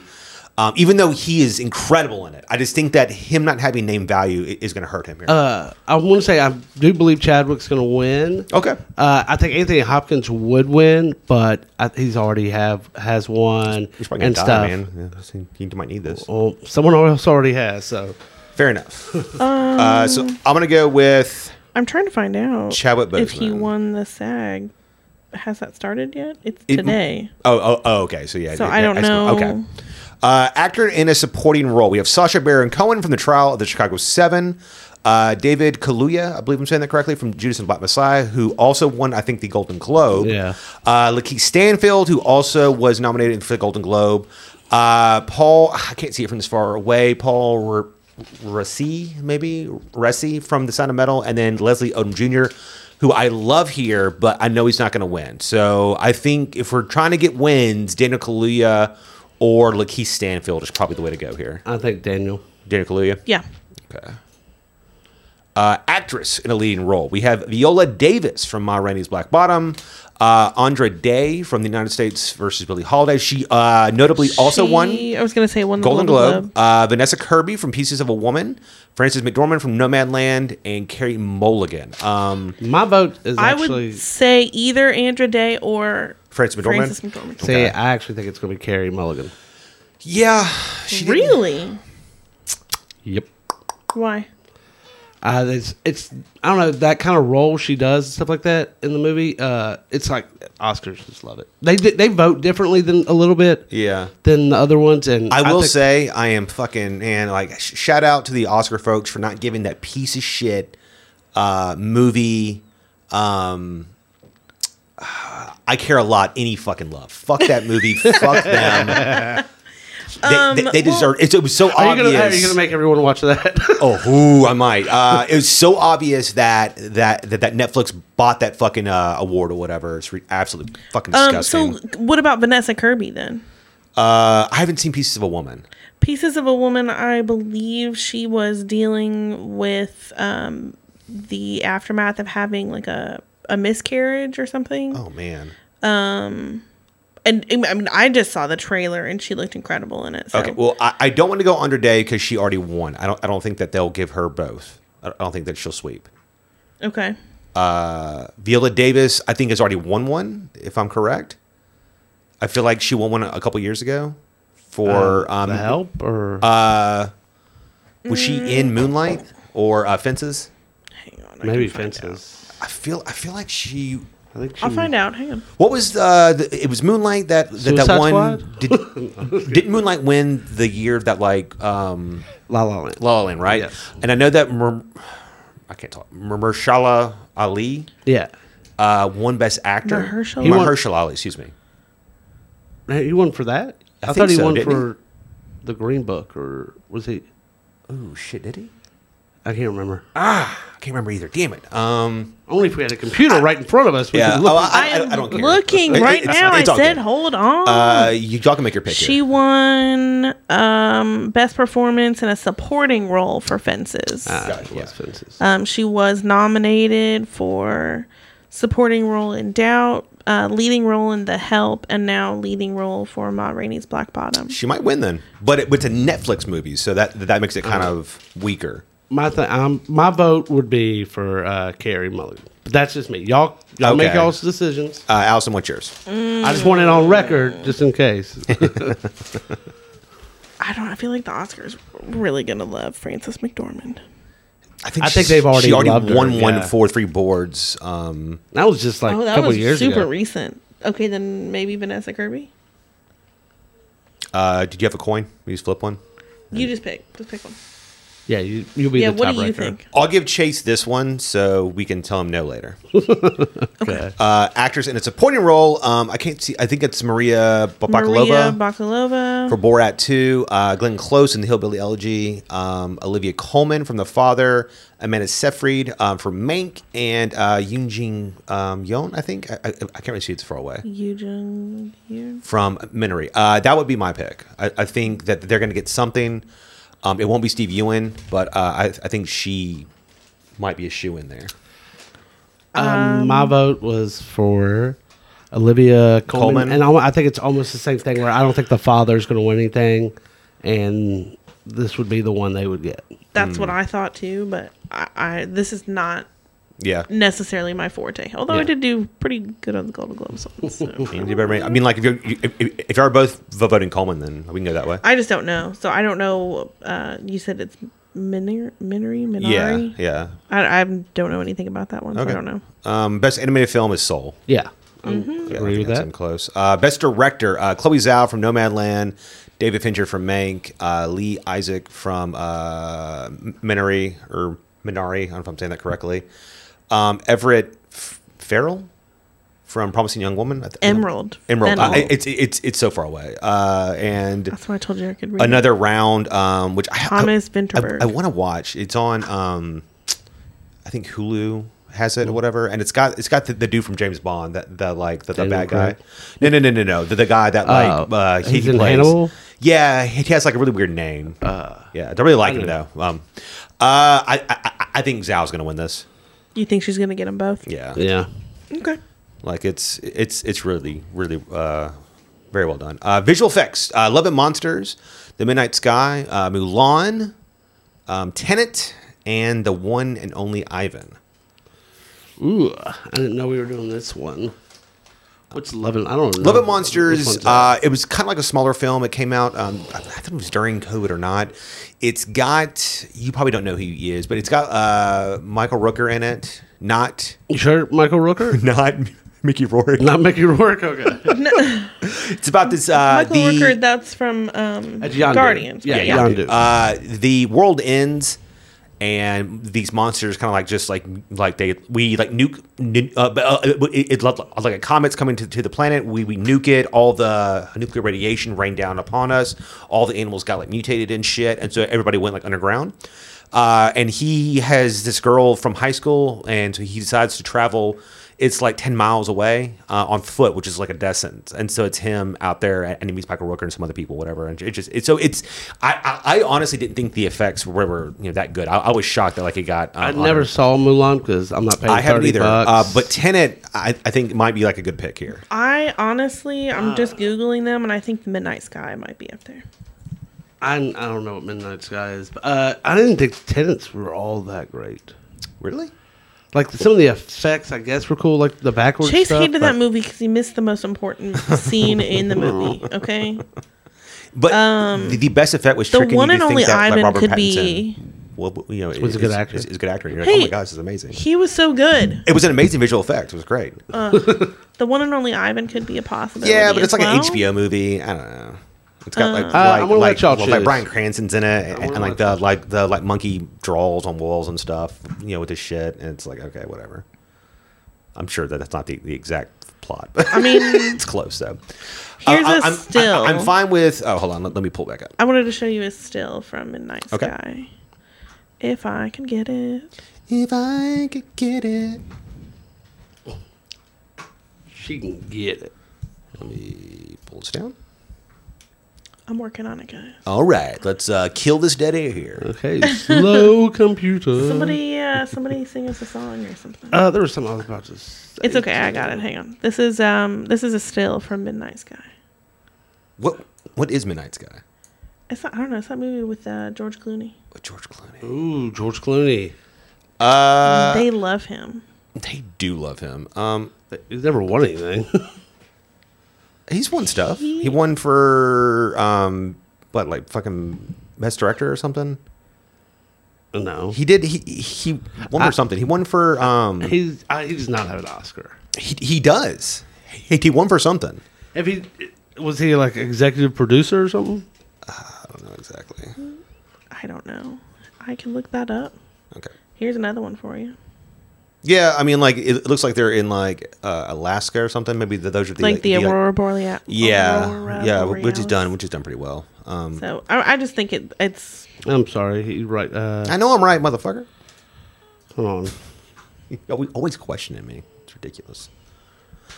Speaker 1: Um, even though he is incredible in it, I just think that him not having name value i- is going to hurt him here.
Speaker 2: Uh, I want to say I do believe Chadwick's going to win.
Speaker 1: okay,
Speaker 2: Uh, I think Anthony Hopkins would win, but I, he's already have has one
Speaker 1: he's probably going
Speaker 2: and
Speaker 1: to die,
Speaker 2: stuff. Oh.
Speaker 1: man. Yeah, so he might need this.
Speaker 2: Well, someone else already has. So
Speaker 1: Fair enough.
Speaker 4: Um,
Speaker 1: uh, so I'm going to go with.
Speaker 4: I'm trying to find out
Speaker 1: Chadwick
Speaker 4: if he
Speaker 1: Boseman.
Speaker 4: won the SAG. Has that started yet? It's
Speaker 1: It-
Speaker 4: today.
Speaker 1: Oh, oh, oh, okay. So yeah.
Speaker 4: So
Speaker 1: yeah,
Speaker 4: I don't
Speaker 1: excellent.
Speaker 4: know.
Speaker 1: Okay. Uh, actor in a supporting role. We have Sasha Baron Cohen from The Trial of the Chicago Seven. Uh, David Kaluuya, I believe I'm saying that correctly, from Judas and Black Messiah, who also won, I think, the Golden Globe.
Speaker 2: Yeah.
Speaker 1: Uh, Lakeith Stanfield, who also was nominated for the Golden Globe. Uh, Paul, I can't see it from this far away. Paul R- Resi, maybe Resi from The Sound of Metal, and then Leslie Odom Jr., who I love here, but I know he's not going to win. So I think if we're trying to get wins, Daniel Kaluuya or Lakeith Stanfield is probably the way to go here.
Speaker 2: I think Daniel.
Speaker 1: Daniel Kaluuya.
Speaker 4: Yeah.
Speaker 1: Okay. uh, actress in a leading role. We have Viola Davis from Ma Rainey's Black Bottom, uh, Andra Day from The United States versus Billie Holiday. She uh, notably also
Speaker 4: She-
Speaker 1: won
Speaker 4: I was gonna say one
Speaker 1: Golden Globe. Uh, Vanessa Kirby from Pieces of a Woman, Frances McDormand from Nomadland, and Carrie Mulligan. Um,
Speaker 2: My vote is
Speaker 4: I
Speaker 2: actually.
Speaker 4: would say either Andra Day or
Speaker 1: Frances McDormand.
Speaker 4: Frances McDormand.
Speaker 2: say I actually think it's going to be Carrie Mulligan.
Speaker 1: yeah, she did-
Speaker 4: Really?
Speaker 2: Yep.
Speaker 4: Why?
Speaker 2: Uh, it's, it's I don't know that kind of role she does and stuff like that in the movie. Uh, it's like Oscars just love it. They di- they vote differently than a little bit
Speaker 1: Yeah.
Speaker 2: than the other ones, and
Speaker 1: I will
Speaker 2: think-
Speaker 1: say I am fucking man. Like sh- shout out to the Oscar folks for not giving that piece of shit uh, movie. Um, I care a lot. Any fucking love. Fuck that movie. fuck them. They, they, they
Speaker 4: Um, well-
Speaker 1: deserve. It, it was so
Speaker 2: Are you,
Speaker 1: obvious.
Speaker 2: gonna, are you gonna make everyone watch that?
Speaker 1: oh, ooh, I might. Uh, it was so obvious that that that, that Netflix bought that fucking uh, award or whatever. It's re- absolutely fucking
Speaker 4: Um,
Speaker 1: disgusting.
Speaker 4: so what about Vanessa Kirby then?
Speaker 1: uh, I haven't seen Pieces of a Woman.
Speaker 4: Pieces of a Woman, I believe she was dealing with um, the aftermath of having like a, a miscarriage or something.
Speaker 1: Oh man.
Speaker 4: And I mean, I just saw the trailer and she looked incredible in it. So.
Speaker 1: Okay. Well, I, I don't want to go under day because she already won. I don't. I don't think that they'll give her both. I don't- I don't think that she'll sweep. Uh,
Speaker 4: Okay.
Speaker 1: Viola Davis, I think, has already won one. If I'm correct, I feel like she won one a couple years ago. For um, uh,
Speaker 2: Oh, the help or
Speaker 1: was she in Moonlight or uh, Fences?
Speaker 4: Hang on. I
Speaker 2: maybe
Speaker 4: can find out.
Speaker 2: fences.
Speaker 1: I feel. I feel like she.
Speaker 2: I think she,
Speaker 4: I'll find out. Hang on.
Speaker 1: What was the? the it was Moonlight that that, that
Speaker 2: Suicide
Speaker 1: one.
Speaker 2: Squad?
Speaker 1: Did, didn't Moonlight win the year that like um,
Speaker 2: La La Land.
Speaker 1: La La Land, right?
Speaker 2: Yes.
Speaker 1: And I know that Mer- I can't talk. Mahershala Ali
Speaker 2: Yeah,
Speaker 1: uh, won Best Actor.
Speaker 4: Mahershala?
Speaker 1: He
Speaker 4: He
Speaker 2: won-
Speaker 1: Mahershala Ali, excuse me.
Speaker 2: Hey, you won for that.
Speaker 1: I
Speaker 2: I,
Speaker 1: think
Speaker 2: thought he
Speaker 1: so,
Speaker 2: won
Speaker 1: didn't
Speaker 2: for the Green Book, or was he?
Speaker 1: Oh shit, did he?
Speaker 2: I can't remember.
Speaker 1: I can't remember either. Damn it. Um,
Speaker 2: Only if we had a computer right in front of us, we
Speaker 1: yeah.
Speaker 2: could
Speaker 1: Oh,
Speaker 2: look.
Speaker 1: I, I, I don't care.
Speaker 4: Looking
Speaker 1: It- it-
Speaker 4: right
Speaker 1: it's-
Speaker 4: now,
Speaker 1: it's
Speaker 4: I
Speaker 1: all
Speaker 4: said,
Speaker 1: good.
Speaker 4: hold on.
Speaker 1: Uh, you y'all can make your pick.
Speaker 4: she
Speaker 1: here.
Speaker 4: won um, best performance in a supporting role for Fences.
Speaker 2: Ah,
Speaker 1: Gotcha,
Speaker 2: it was
Speaker 1: yeah.
Speaker 2: fences.
Speaker 4: Um, she was nominated for supporting role in Doubt, uh, leading role in The Help, and now leading role for Ma Rainey's Black Bottom.
Speaker 1: She might win then, but it, but it's a Netflix movie, so that that makes it kind of weaker.
Speaker 2: My th- um, my vote would be for uh, Carrie Mulligan. But that's just me. Y'all, y'all make
Speaker 1: Okay.
Speaker 2: y'all's decisions.
Speaker 1: Uh, Allison, what's yours?
Speaker 2: I just want it on record, just in case.
Speaker 4: I don't. I feel like the Oscars really gonna love Frances McDormand.
Speaker 1: think
Speaker 2: I think
Speaker 1: she's-
Speaker 2: they've already
Speaker 1: she already
Speaker 2: loved her,
Speaker 1: won one
Speaker 2: yeah.
Speaker 1: for three boards. Um,
Speaker 2: that was just like
Speaker 4: oh,
Speaker 2: a
Speaker 4: that
Speaker 2: couple
Speaker 4: was
Speaker 2: years
Speaker 4: super
Speaker 2: ago.
Speaker 4: recent. Okay, then maybe Vanessa Kirby.
Speaker 1: uh, did you have a coin? We just flip one.
Speaker 4: You just pick. Just pick one.
Speaker 2: yeah, you, you'll be
Speaker 4: yeah.
Speaker 2: the
Speaker 4: What do
Speaker 2: tiebreaker.
Speaker 4: you think?
Speaker 1: I'll give Chase this one so we can tell him no later.
Speaker 2: Okay.
Speaker 1: Uh, actress in a supporting role. Um, I can't see. I think it's Maria Oh, Bakalova.
Speaker 4: Maria Bakalova.
Speaker 1: for Borat 2, uh, Glenn Close in The Hillbilly Elegy, um, Olivia Coleman from The Father, Amanda Seyfried um, for Mank, and uh, Yoon Jin um, Yeon, I think. I, I, I can't really see it's far away.
Speaker 4: you Jung Yoon.
Speaker 1: From Minari. Uh, that would be my pick. I, I think that they're going to get something. Um, it won't be Steve Ewan, but uh, I, I think she might be a shoe in there.
Speaker 2: Um, my vote was for Olivia Coleman,
Speaker 1: Colman.
Speaker 2: and I, I think it's almost the same thing. Where I don't think the father's going to win anything, and this would be the one they would get.
Speaker 4: That's
Speaker 2: Hmm.
Speaker 4: what I thought too, but I, I this is not
Speaker 1: Yeah.
Speaker 4: necessarily my forte. Although I
Speaker 2: Yeah.
Speaker 4: did do pretty good on the Golden Globes. So.
Speaker 1: You better make- I mean, like, if you're, you- if, if- if you're both voting Coleman, then we can go that way.
Speaker 4: I just don't know. So I don't know. Uh, you said it's Minari, Minari,
Speaker 1: yeah.
Speaker 4: Minari.
Speaker 1: Yeah.
Speaker 4: I, I don't know anything about that one. So
Speaker 1: Okay.
Speaker 4: I don't know.
Speaker 1: Um, best animated film is Soul.
Speaker 2: Yeah, I
Speaker 1: Yeah, I
Speaker 2: agree
Speaker 1: think
Speaker 2: with
Speaker 1: that's
Speaker 2: that.
Speaker 1: in close. Uh, best director: uh, Chloe Zhao from Nomadland, David Fincher from Mank, uh, Lee Isaac from uh, Minari or Minari. I don't know if I'm saying that correctly. Um, Everett F- Farrell from Promising Young Woman. I th-
Speaker 4: Emerald.
Speaker 1: Emerald. Uh,
Speaker 4: Fennel.
Speaker 1: it- it's it's it's so far away. Uh, and
Speaker 4: That's why I told you I could read it.
Speaker 1: another round, um, which I,
Speaker 4: Thomas
Speaker 1: I,
Speaker 4: Vinterberg.
Speaker 1: I, want to watch. It's on. Um, I think Hulu has it or whatever, and it's got it's got the, the dude from James Bond that the like the, the
Speaker 2: Daniel
Speaker 1: bad guy.
Speaker 2: Craig?
Speaker 1: No, no, no, no, no. The, the guy that like
Speaker 2: Oh,
Speaker 1: uh, he
Speaker 2: he's in
Speaker 1: plays.
Speaker 2: Hannibal? Uh,
Speaker 1: Yeah, he has like a really weird name. yeah, I don't really like him
Speaker 2: know.
Speaker 1: though. Um, uh, I, I, I I think Zhao's going to win this.
Speaker 4: You think she's gonna get them both?
Speaker 1: Yeah.
Speaker 2: Yeah.
Speaker 4: Okay.
Speaker 1: Like it's it's it's really really uh, very well done. Uh, visual effects: uh, Love and Monsters, The Midnight Sky, uh, Mulan, um, Tenet, and the one and only Ivan.
Speaker 2: Ooh, I didn't know we were doing this one. What's Love and I don't know.
Speaker 1: Love and
Speaker 2: Which one's
Speaker 1: Monsters.
Speaker 2: that?
Speaker 1: Uh, it was kind of like a smaller film. It came out. Um, I I think it was during COVID or not. It's got you probably don't know who he is, but it's got uh, Michael Rooker in it. Not
Speaker 2: you sure Michael Rooker?
Speaker 1: not Mickey Rourke.
Speaker 2: Not Mickey Rourke. Okay.
Speaker 1: It's about this uh,
Speaker 4: Michael
Speaker 1: the Uh,
Speaker 4: Rooker, that's from um,
Speaker 2: That's Yondu.
Speaker 4: Guardians.
Speaker 2: Yeah,
Speaker 1: yeah,
Speaker 2: Yondu.
Speaker 1: Uh, the world ends, and these monsters kind of like just like like they we like nuke. nu- Uh, but, uh, it, it, like a comet's coming to, to the planet. We we nuke it. All the nuclear radiation rained down upon us. All the animals got like mutated and shit, and so everybody went like underground. Uh, and he has this girl from high school, and so he decides to travel. It's like ten miles away uh, on foot, which is like a death sentence. And so it's him out there, and he meets Michael Rooker and some other people, whatever. And it just it's so it's I I, I honestly didn't think the effects were, were you know that good. I, I was shocked that like it got. um,
Speaker 2: I never
Speaker 1: honored.
Speaker 2: saw Mulan because I'm not paying.
Speaker 1: I haven't
Speaker 2: 30
Speaker 1: either. Uh,
Speaker 2: bucks.
Speaker 1: but Tenet, I, I think might be like a good pick here.
Speaker 4: I honestly, I'm
Speaker 1: Uh,
Speaker 4: just googling them, and I think the Midnight Sky might be up there.
Speaker 2: I, I don't know what Midnight Sky is. But, uh, I didn't think tenants were all that great.
Speaker 1: Really?
Speaker 2: Like some of the effects, I guess, were cool. Like the backwards.
Speaker 4: Chase
Speaker 2: stuff,
Speaker 4: hated
Speaker 2: but-
Speaker 4: that movie because he missed the most important scene in the movie. Okay,
Speaker 1: But the, the best effect was
Speaker 4: Um, the
Speaker 1: tricking
Speaker 4: one
Speaker 1: you
Speaker 4: and
Speaker 1: to think
Speaker 4: only
Speaker 1: that like
Speaker 4: Ivan
Speaker 1: Robert
Speaker 4: could
Speaker 1: Pattinson.
Speaker 4: be-
Speaker 1: Well, you know,
Speaker 2: Was a good
Speaker 1: is-
Speaker 2: actor.
Speaker 1: Is, is a good actor. You're like,
Speaker 4: Hey,
Speaker 1: oh my gosh, this is amazing.
Speaker 4: he was so good.
Speaker 1: It was an amazing visual effect. It was great.
Speaker 4: The one and only Ivan could be a possibility.
Speaker 1: yeah, but it's
Speaker 4: as
Speaker 1: like an
Speaker 4: well. Uh,
Speaker 1: HBO movie. I don't know. It's got like
Speaker 2: I'm
Speaker 1: like
Speaker 2: gonna let
Speaker 1: like,
Speaker 2: y'all
Speaker 1: well, like
Speaker 2: choose.
Speaker 1: Brian Cranston's in it, and,
Speaker 2: gonna
Speaker 1: and, like
Speaker 2: let
Speaker 1: the like the like monkey draws on walls and stuff. You know, with this shit, and it's like okay, whatever. I'm sure that that's not the, the exact plot, but
Speaker 4: I mean,
Speaker 1: it's close though. Uh,
Speaker 4: Here's
Speaker 1: I-
Speaker 4: a
Speaker 1: I'm,
Speaker 4: still.
Speaker 1: I, am fine with. Oh, hold on. Let, let me pull back up.
Speaker 4: I wanted to show you a still from Midnight
Speaker 1: Okay.
Speaker 4: Sky. If I can get it.
Speaker 1: If I could get it,
Speaker 2: She can get it.
Speaker 1: let me pull this down.
Speaker 4: I'm working on it, guys.
Speaker 1: All right, let's uh, kill this dead air here.
Speaker 2: Okay, slow computer.
Speaker 4: Somebody, uh, somebody sing us a song or something.
Speaker 2: Uh, there was something I was about to. Say
Speaker 4: it's okay, I got it. Hang on. This is um, this is a still from Midnight Sky.
Speaker 1: What what is Midnight Sky?
Speaker 4: It's not, I don't know. It's that movie with uh, George Clooney.
Speaker 1: With George Clooney.
Speaker 2: Ooh, George Clooney.
Speaker 1: Uh,
Speaker 4: they love him.
Speaker 1: they do love him. Um,
Speaker 2: He's never won anything.
Speaker 1: He's won stuff. He,
Speaker 4: He-
Speaker 1: won for um what like fucking best director or something.
Speaker 2: no,
Speaker 1: He did he he won for
Speaker 2: I-
Speaker 1: something. He won for um he
Speaker 2: he's I, he does not have an Oscar.
Speaker 1: he does. He, he won for something.
Speaker 2: If he was he like executive producer or something.
Speaker 1: I don't know exactly.
Speaker 4: I don't know. I can look that up.
Speaker 1: Okay.
Speaker 4: Here's another one for you.
Speaker 1: Yeah, I mean like it, it looks like they're in like uh, Alaska or something. Maybe th those are the
Speaker 4: Like the
Speaker 1: the,
Speaker 4: Aurora Borealis.
Speaker 1: yeah.
Speaker 4: Aurora
Speaker 1: yeah, which is
Speaker 4: Borealis.
Speaker 1: done, which is done pretty well. Um
Speaker 4: So I, I just think it, it's
Speaker 2: I'm sorry. He right. Uh,
Speaker 1: I know I'm right, motherfucker.
Speaker 2: hold on.
Speaker 1: You're always- always questioning me. It's ridiculous.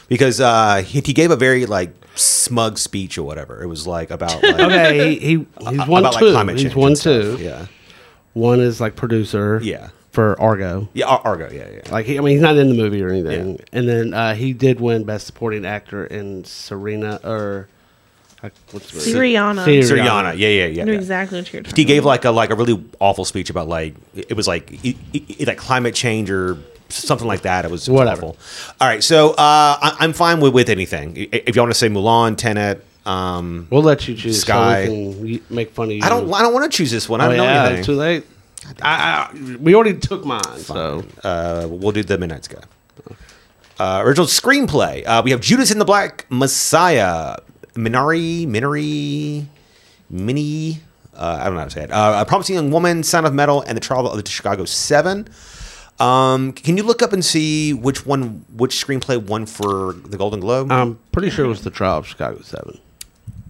Speaker 1: Because uh, he, he gave a very like smug speech or whatever. It was like about like,
Speaker 2: Okay, he, he he's
Speaker 1: about,
Speaker 2: won
Speaker 1: like,
Speaker 2: two.
Speaker 1: climate change
Speaker 2: he's
Speaker 1: and
Speaker 2: won two.
Speaker 1: stuff. Yeah,
Speaker 2: One is like producer.
Speaker 1: Yeah.
Speaker 2: For Argo.
Speaker 1: yeah. Ar- Argo. Yeah, yeah.
Speaker 2: Like he, I mean, he's not in the movie or anything.
Speaker 1: Yeah.
Speaker 2: And then uh, he did win Best Supporting Actor in Serena or I- what's the movie?
Speaker 4: Siriana.
Speaker 1: Siriana. Yeah, yeah, yeah.
Speaker 4: I know
Speaker 1: yeah.
Speaker 4: exactly what you're talking
Speaker 1: He gave
Speaker 4: about.
Speaker 1: like a like a really awful speech about like it it was like it, it, it- like climate change or something like that. It was, it was
Speaker 2: Whatever.
Speaker 1: awful. All right, so uh, I, I'm fine with with anything. I- If you want to say Mulan, Tenet, um,
Speaker 2: We'll let you choose.
Speaker 1: Sky.
Speaker 2: So we can y- make fun of you.
Speaker 1: I don't I don't want to choose this one. I
Speaker 2: Oh,
Speaker 1: don't know
Speaker 2: yeah, it's too
Speaker 1: anything.
Speaker 2: late. I, I, we already took mine. So
Speaker 1: Uh, we'll do the Midnight Sky. Uh, original screenplay. Uh, we have Judas and the Black Messiah, Minari, Minari, Mini. Uh, I don't know how to say it. Uh, a promising young woman, Sound of Metal, and the Trial of the Chicago Seven. Um, can you look up and see which one, which screenplay won for the Golden Globe?
Speaker 2: I'm pretty sure it was the Trial of Chicago Seven.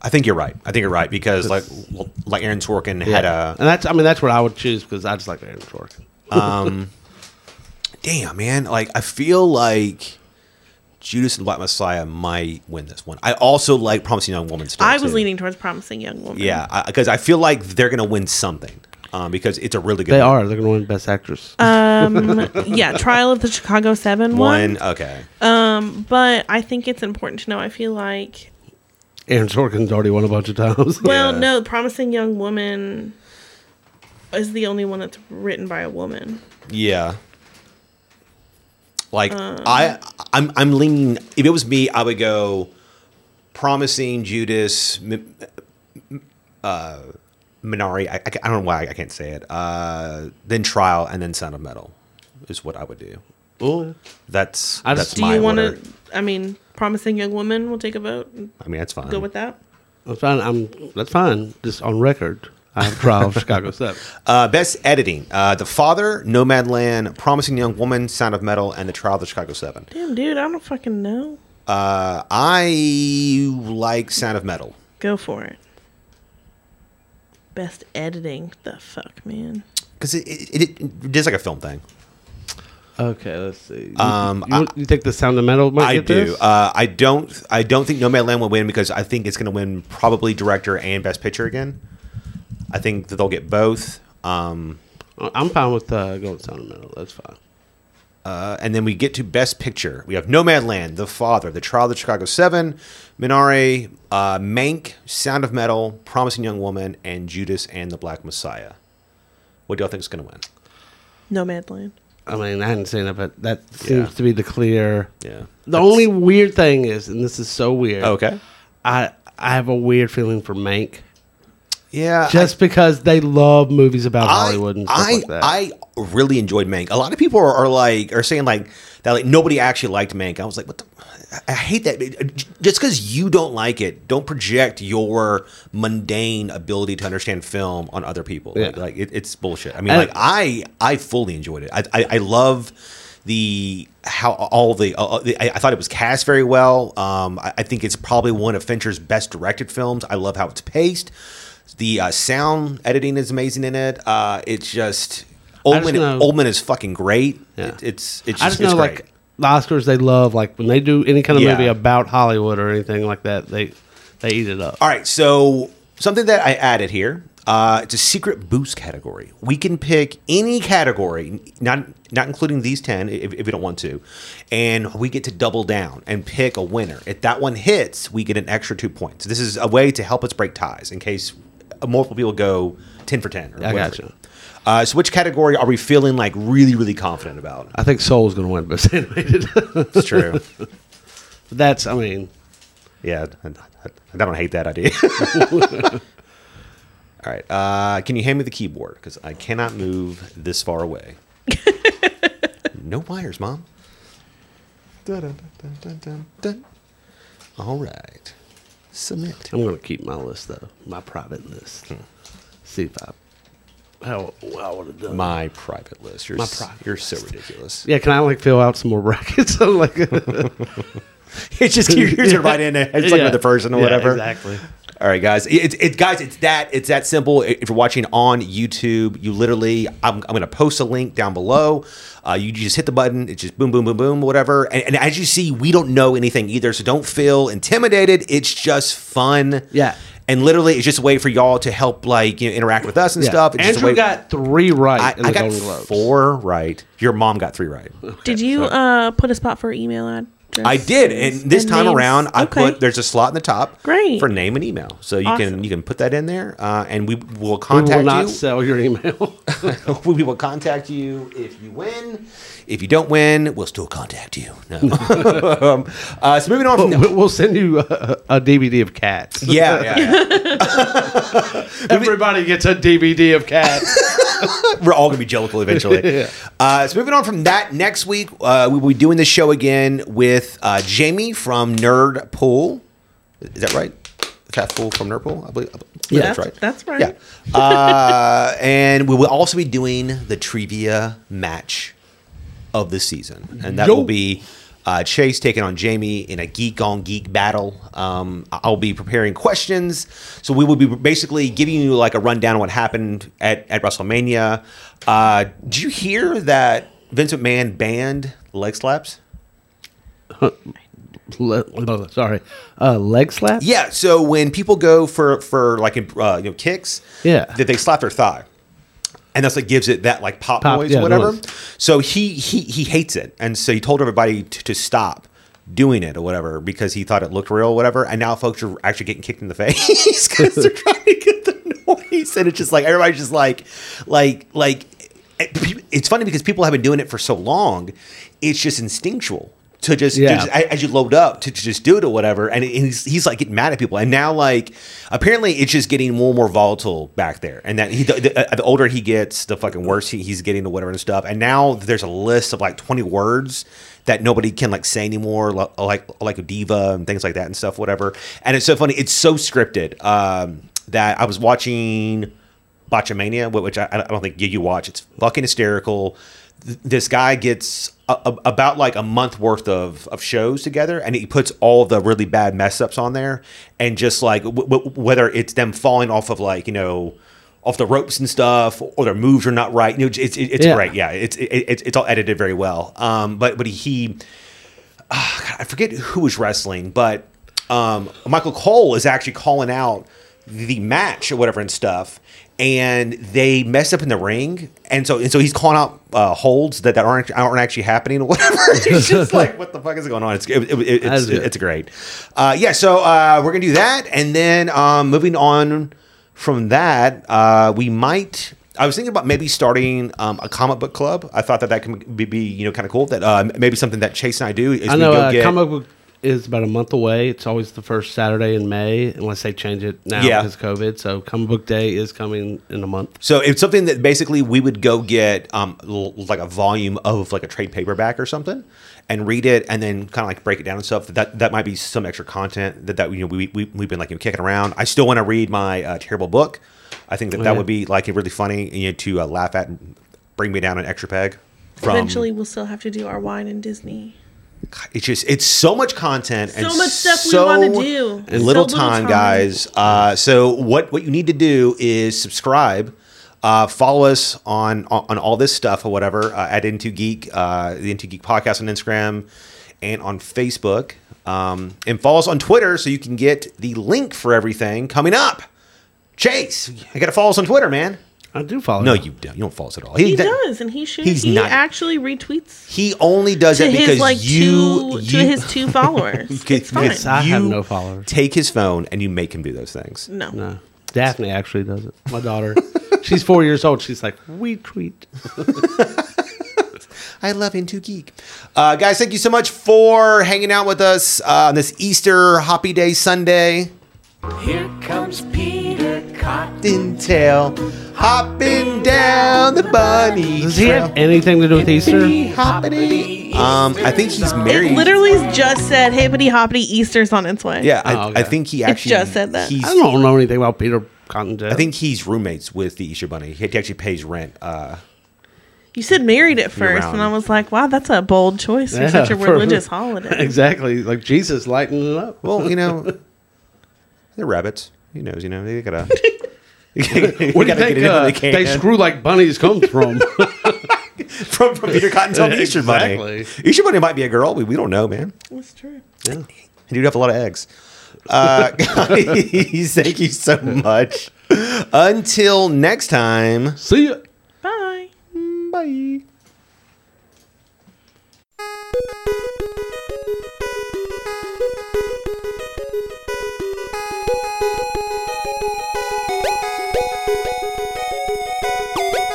Speaker 1: I think you're right. I think you're right because like, well, like Aaron Sorkin had uh, a
Speaker 2: and that's I mean that's what I would choose because I just like Aaron Sorkin.
Speaker 1: damn man like i feel like judas and black messiah might win this one i also like promising young woman still,
Speaker 4: I was
Speaker 1: too.
Speaker 4: leaning towards Promising Young Woman.
Speaker 1: yeah because I, 'cause I feel like they're gonna win something um, because it's a really good
Speaker 2: They
Speaker 1: one.
Speaker 2: are. They're going to win Best Actress.
Speaker 4: Um, yeah, Trial of the Chicago Seven one.
Speaker 1: One, okay.
Speaker 4: But I think it's important to know. I feel like,
Speaker 2: Aaron Sorkin's already won a bunch of times.
Speaker 4: well,
Speaker 1: Yeah.
Speaker 4: no, Promising Young Woman is the only one that's written by a woman.
Speaker 1: Yeah. Like
Speaker 4: Uh.
Speaker 1: I, I'm, I'm leaning. If it was me, I would go, promising Judas, Mi- uh, Minari. I, I, I don't know why I can't say it. Uh, then trial and then Sound of Metal, is what I would do.
Speaker 2: Well,
Speaker 1: That's
Speaker 2: I
Speaker 1: that's
Speaker 2: just-
Speaker 4: Do
Speaker 1: my
Speaker 4: you want
Speaker 1: order.
Speaker 4: to? I mean, Promising Young Woman. We'll take a vote. and
Speaker 1: I mean, that's fine.
Speaker 4: Go with that.
Speaker 2: that's fine. I'm, that's fine. Just on record, I have trial of Chicago 7.
Speaker 1: Uh, best editing: uh, The Father, Nomadland, Promising Young Woman, Sound of Metal, and The Trial of the Chicago Seven.
Speaker 4: Damn, dude, I don't fucking know.
Speaker 1: Uh, I like Sound of Metal.
Speaker 4: Go for it. Best editing. The fuck, man.
Speaker 1: because it, it, it, it is like a film thing.
Speaker 2: Okay, let's see. You-
Speaker 1: Um,
Speaker 2: you, want- you think the sound of metal might
Speaker 1: I
Speaker 2: get
Speaker 1: do.
Speaker 2: this?
Speaker 1: Uh, I don't. I don't think Nomadland will win because I think it's going to win probably director and best picture again. I think that they'll get both. Um,
Speaker 2: I'm fine with uh, going sound of metal. That's fine.
Speaker 1: uh, and then we get to best picture. We have Nomadland, The Father, The Trial of the Chicago Seven, Minari, uh, Mank, Sound of Metal, Promising Young Woman, and Judas and the Black Messiah. What do y'all think is going to win?
Speaker 4: Nomadland.
Speaker 2: I mean, I hadn't seen it, but that seems to be the clear.
Speaker 1: Yeah.
Speaker 2: The only weird thing is, and this is so weird.
Speaker 1: Oh, Okay.
Speaker 2: I I have a weird feeling for Mank
Speaker 1: Yeah.
Speaker 2: just because they love movies about
Speaker 1: I-
Speaker 2: Hollywood and stuff
Speaker 1: I,
Speaker 2: like that.
Speaker 1: I really enjoyed Mank. A lot of people are, are like are saying like that like nobody actually liked Mank. I was like, what? The, I- I hate that. Just because you don't like it, don't project your mundane ability to understand film on other people. Like,
Speaker 2: Yeah.
Speaker 1: like, it, it's bullshit. I mean,
Speaker 2: And-
Speaker 1: like I I fully enjoyed it. I I, I love the how all the, uh, the I, I thought it was cast very well. Um, I, I think it's probably one of Fincher's best directed films. I love how it's paced. The uh, sound editing is amazing in it. Uh, it's just
Speaker 2: just
Speaker 1: Oldman.
Speaker 2: know-
Speaker 1: Oldman is fucking great.
Speaker 2: Yeah.
Speaker 1: It, it's it's just,
Speaker 2: I just
Speaker 1: it's
Speaker 2: know
Speaker 1: great.
Speaker 2: like the Oscars they love like when they do any kind of
Speaker 1: Yeah.
Speaker 2: movie about Hollywood or anything like that they they eat it up.
Speaker 1: All right, so something that I added here. Uh, it's a secret boost category. We can pick any category, not not including these ten, if, if you don't want to, and we get to double down and pick a winner. If that one hits, we get an extra two points. This is a way to help us break ties in case multiple people go ten for ten. Or
Speaker 2: I
Speaker 1: whatever.
Speaker 2: gotcha.
Speaker 1: Uh, so, which category are we feeling like really, really confident about?
Speaker 2: I think Soul's going to win Best Animated.
Speaker 1: That's true.
Speaker 2: That's I mean
Speaker 1: Yeah, I, I- I don't hate that idea. All right, uh, can you hand me the keyboard because I cannot move this far away. no wires, mom. Dun-dun-dun-dun-dun-dun. All right, submit.
Speaker 2: I'm going to keep my list though, my private list. See if I how, how I would have done. it.
Speaker 1: My private list. You're
Speaker 2: My
Speaker 1: s-
Speaker 2: private
Speaker 1: You're so ridiculous.
Speaker 2: yeah, can I like fill out some more brackets? I'm like,
Speaker 1: it's just keep yours right in there. It's like
Speaker 2: Yeah.
Speaker 1: with the person or
Speaker 2: Yeah,
Speaker 1: whatever.
Speaker 2: exactly.
Speaker 1: All right, guys. It's it, guys. It's that. It's that simple. If you're watching on YouTube, you literally, I'm, I'm going to post a link down below. Uh, you just hit the button. It's just boom, boom, boom, boom, whatever. And, and as you see, we don't know anything either, so don't feel intimidated. It's just fun.
Speaker 2: Yeah.
Speaker 1: And literally, it's just a way for y'all to help, like you know, interact with us and
Speaker 2: Yeah.
Speaker 1: stuff. It's just a
Speaker 2: Andrew
Speaker 1: way-
Speaker 2: got three right
Speaker 1: I,
Speaker 2: in the
Speaker 1: I got
Speaker 2: Golden Globes.
Speaker 1: four right. Your mom got three right.
Speaker 4: Did you uh, put a spot for email address?
Speaker 1: I did, and this time
Speaker 4: names?
Speaker 1: around, I
Speaker 4: Okay.
Speaker 1: put there's a slot in the top
Speaker 4: Great.
Speaker 1: for name and email, so you
Speaker 4: Awesome.
Speaker 1: can you can put that in there, uh, and we will
Speaker 2: We will
Speaker 1: contact
Speaker 2: not
Speaker 1: you.
Speaker 2: sell your email.
Speaker 1: we will contact you if you win. If you don't win, we'll still contact you. No. um, uh, so moving on from
Speaker 2: We- Oh, We'll send you a, a DVD of cats.
Speaker 1: yeah, yeah, yeah.
Speaker 2: Everybody gets a DVD of cats.
Speaker 1: we're all gonna be jellicle eventually. uh, so moving on from that, next week uh, we will be doing this show again with uh, Jamie from Nerd Pool. Is that right? Is that Fool from Nerd Pool? I believe. I believe
Speaker 2: Yeah.
Speaker 1: that's
Speaker 4: That's-
Speaker 1: right.
Speaker 4: that's right.
Speaker 1: Yeah. Uh, and we will also be doing the trivia match of the season, and that
Speaker 2: Yo.
Speaker 1: will be uh, Chase taking on Jamie in a geek on geek battle. Um, I'll be preparing questions, so we will be basically giving you like a rundown of what happened at at WrestleMania. Uh, did you hear that Vince McMahon banned leg slaps?
Speaker 2: Le- oh, Sorry, uh, leg slap.
Speaker 1: Yeah. So when people go for for like uh, you know kicks,
Speaker 2: Yeah.
Speaker 1: that they slap their thigh. and that's what gives it that like pop,
Speaker 2: Pop,
Speaker 1: noise,
Speaker 2: yeah,
Speaker 1: whatever.
Speaker 2: noise.
Speaker 1: So he he he hates it, and so he told everybody t- to stop doing it or whatever because he thought it looked real, or whatever. And now folks are actually getting kicked in the face because they're trying to get the noise, and it's just like everybody's just like, like, like. it- pe- It's funny because people have been doing it for so long, it's just instinctual to just, to
Speaker 2: Yeah.
Speaker 1: just- a- as you load up to just do it or whatever. And, it- and he's, he's like getting mad at people. And now, like, apparently it's just getting more and more volatile back there. And that he, the, the, uh, the older he gets, the fucking worse he, he's getting to whatever and stuff. And now there's a list of like 20 words that nobody can like say anymore, lo- like, like a diva and things like that and stuff, whatever. And it's so funny. It's so scripted um, that I was watching. Botchamania, wh- which I, I don't think you, you watch. It's fucking hysterical. Th- This guy gets a, a- about like a month worth of, of shows together, and he puts all the really bad mess ups on there, and just like w- w- whether it's them falling off of like you know off the ropes and stuff, or their moves are not right. You know, it's it, it's
Speaker 2: Yeah.
Speaker 1: great. Yeah, it's it, it's it's all edited very well. Um, but but he I forget who was wrestling, but um, Michael Cole is actually calling out the match or whatever and stuff, and they mess up in the ring, and so and so he's calling out uh, holds that, that aren't aren't actually happening or whatever. it's just like what the fuck is going on? It's it, it, it's,
Speaker 2: That's good.
Speaker 1: it's great. Uh, yeah, so uh, we're gonna do that, and then um, moving on from that, uh, we might. I was thinking about maybe starting um, a comic book club. I thought that that could be, be you know kind of cool. That uh, maybe something that Chase and I do is
Speaker 2: I know
Speaker 1: we go
Speaker 2: uh,
Speaker 1: get
Speaker 2: comic book is about a month away. It's always the first Saturday in May, unless they change it now
Speaker 1: Yeah.
Speaker 2: because of COVID. So comic book day is coming in a month.
Speaker 1: So it's something that basically we would go get um, l- like a volume of like a trade paperback or something, and read it, and then kind of like break it down and stuff. That that might be some extra content that that you know we we we have been like you know, kicking around. I still want to read my uh, terrible book. I think that that
Speaker 2: yeah.
Speaker 1: would be like really funny you know, to uh, laugh at and bring me down an extra peg. From,
Speaker 4: Eventually, we'll still have to do our wine and Disney.
Speaker 1: it's just it's so much content and
Speaker 4: So much stuff we wanna do.
Speaker 1: and
Speaker 4: So
Speaker 1: little
Speaker 4: little
Speaker 1: time,
Speaker 4: time.
Speaker 1: guys uh, so what what you need to do is subscribe uh, follow us on, on on all this stuff or whatever uh, at into geek uh, the into geek podcast on instagram and on facebook um, and follow us on twitter so you can get the link for everything coming up chase i gotta follow us on twitter man
Speaker 2: I do follow.
Speaker 1: no
Speaker 2: you.
Speaker 1: you don't you don't follow us at all
Speaker 4: He
Speaker 1: that-
Speaker 4: does, and he should.
Speaker 1: he's
Speaker 4: He
Speaker 1: not-
Speaker 4: actually retweets
Speaker 1: he only does
Speaker 4: to
Speaker 1: it because
Speaker 4: his like
Speaker 1: you,
Speaker 4: two
Speaker 1: you
Speaker 4: to his two followers.
Speaker 1: Okay,
Speaker 4: it's fine.
Speaker 1: yes,
Speaker 2: I have
Speaker 1: you
Speaker 2: no followers.
Speaker 1: Take his phone and you make him do those things.
Speaker 4: no.
Speaker 2: No, Daphne actually does it. My daughter, she's four years old. She's like, we tweet.
Speaker 1: I love Into Geek. Uh, guys, thank you so much for hanging out with us uh, on this Easter Hoppy Day Sunday.
Speaker 3: Here comes Peter Cotton.
Speaker 1: Dintail hopping down the bunny.
Speaker 2: Does he have anything to do with Easter?
Speaker 1: Hoppity. Um, I think he's married.
Speaker 4: It literally just said hippity hoppity Easter's on its way.
Speaker 1: yeah, I,
Speaker 2: Oh, okay.
Speaker 1: I think he actually
Speaker 4: just said that.
Speaker 1: He's,
Speaker 2: I don't know anything about Peter Cottontail.
Speaker 1: I think he's roommates with the Easter Bunny. He actually pays rent. Uh,
Speaker 4: You said married at first,
Speaker 1: round.
Speaker 4: and I was like, wow, that's a bold choice for
Speaker 2: Yeah,
Speaker 4: such a
Speaker 2: for-
Speaker 4: religious holiday.
Speaker 2: exactly like Jesus lighting it up.
Speaker 1: well, you know, they're rabbits. He knows. You know, they gotta. they
Speaker 2: What do you
Speaker 1: gotta
Speaker 2: think
Speaker 1: get it how
Speaker 2: uh,
Speaker 1: can.
Speaker 2: they screw like bunnies comes from?
Speaker 1: from, from Peter Cottontail to Easter Bunny.
Speaker 2: Exactly.
Speaker 1: Easter Bunny might be a girl. We, we don't know, man.
Speaker 4: That's true.
Speaker 1: He do have a lot of eggs. Uh, guys, thank you so much. Until next time,
Speaker 2: See ya.
Speaker 4: Bye.
Speaker 1: bye.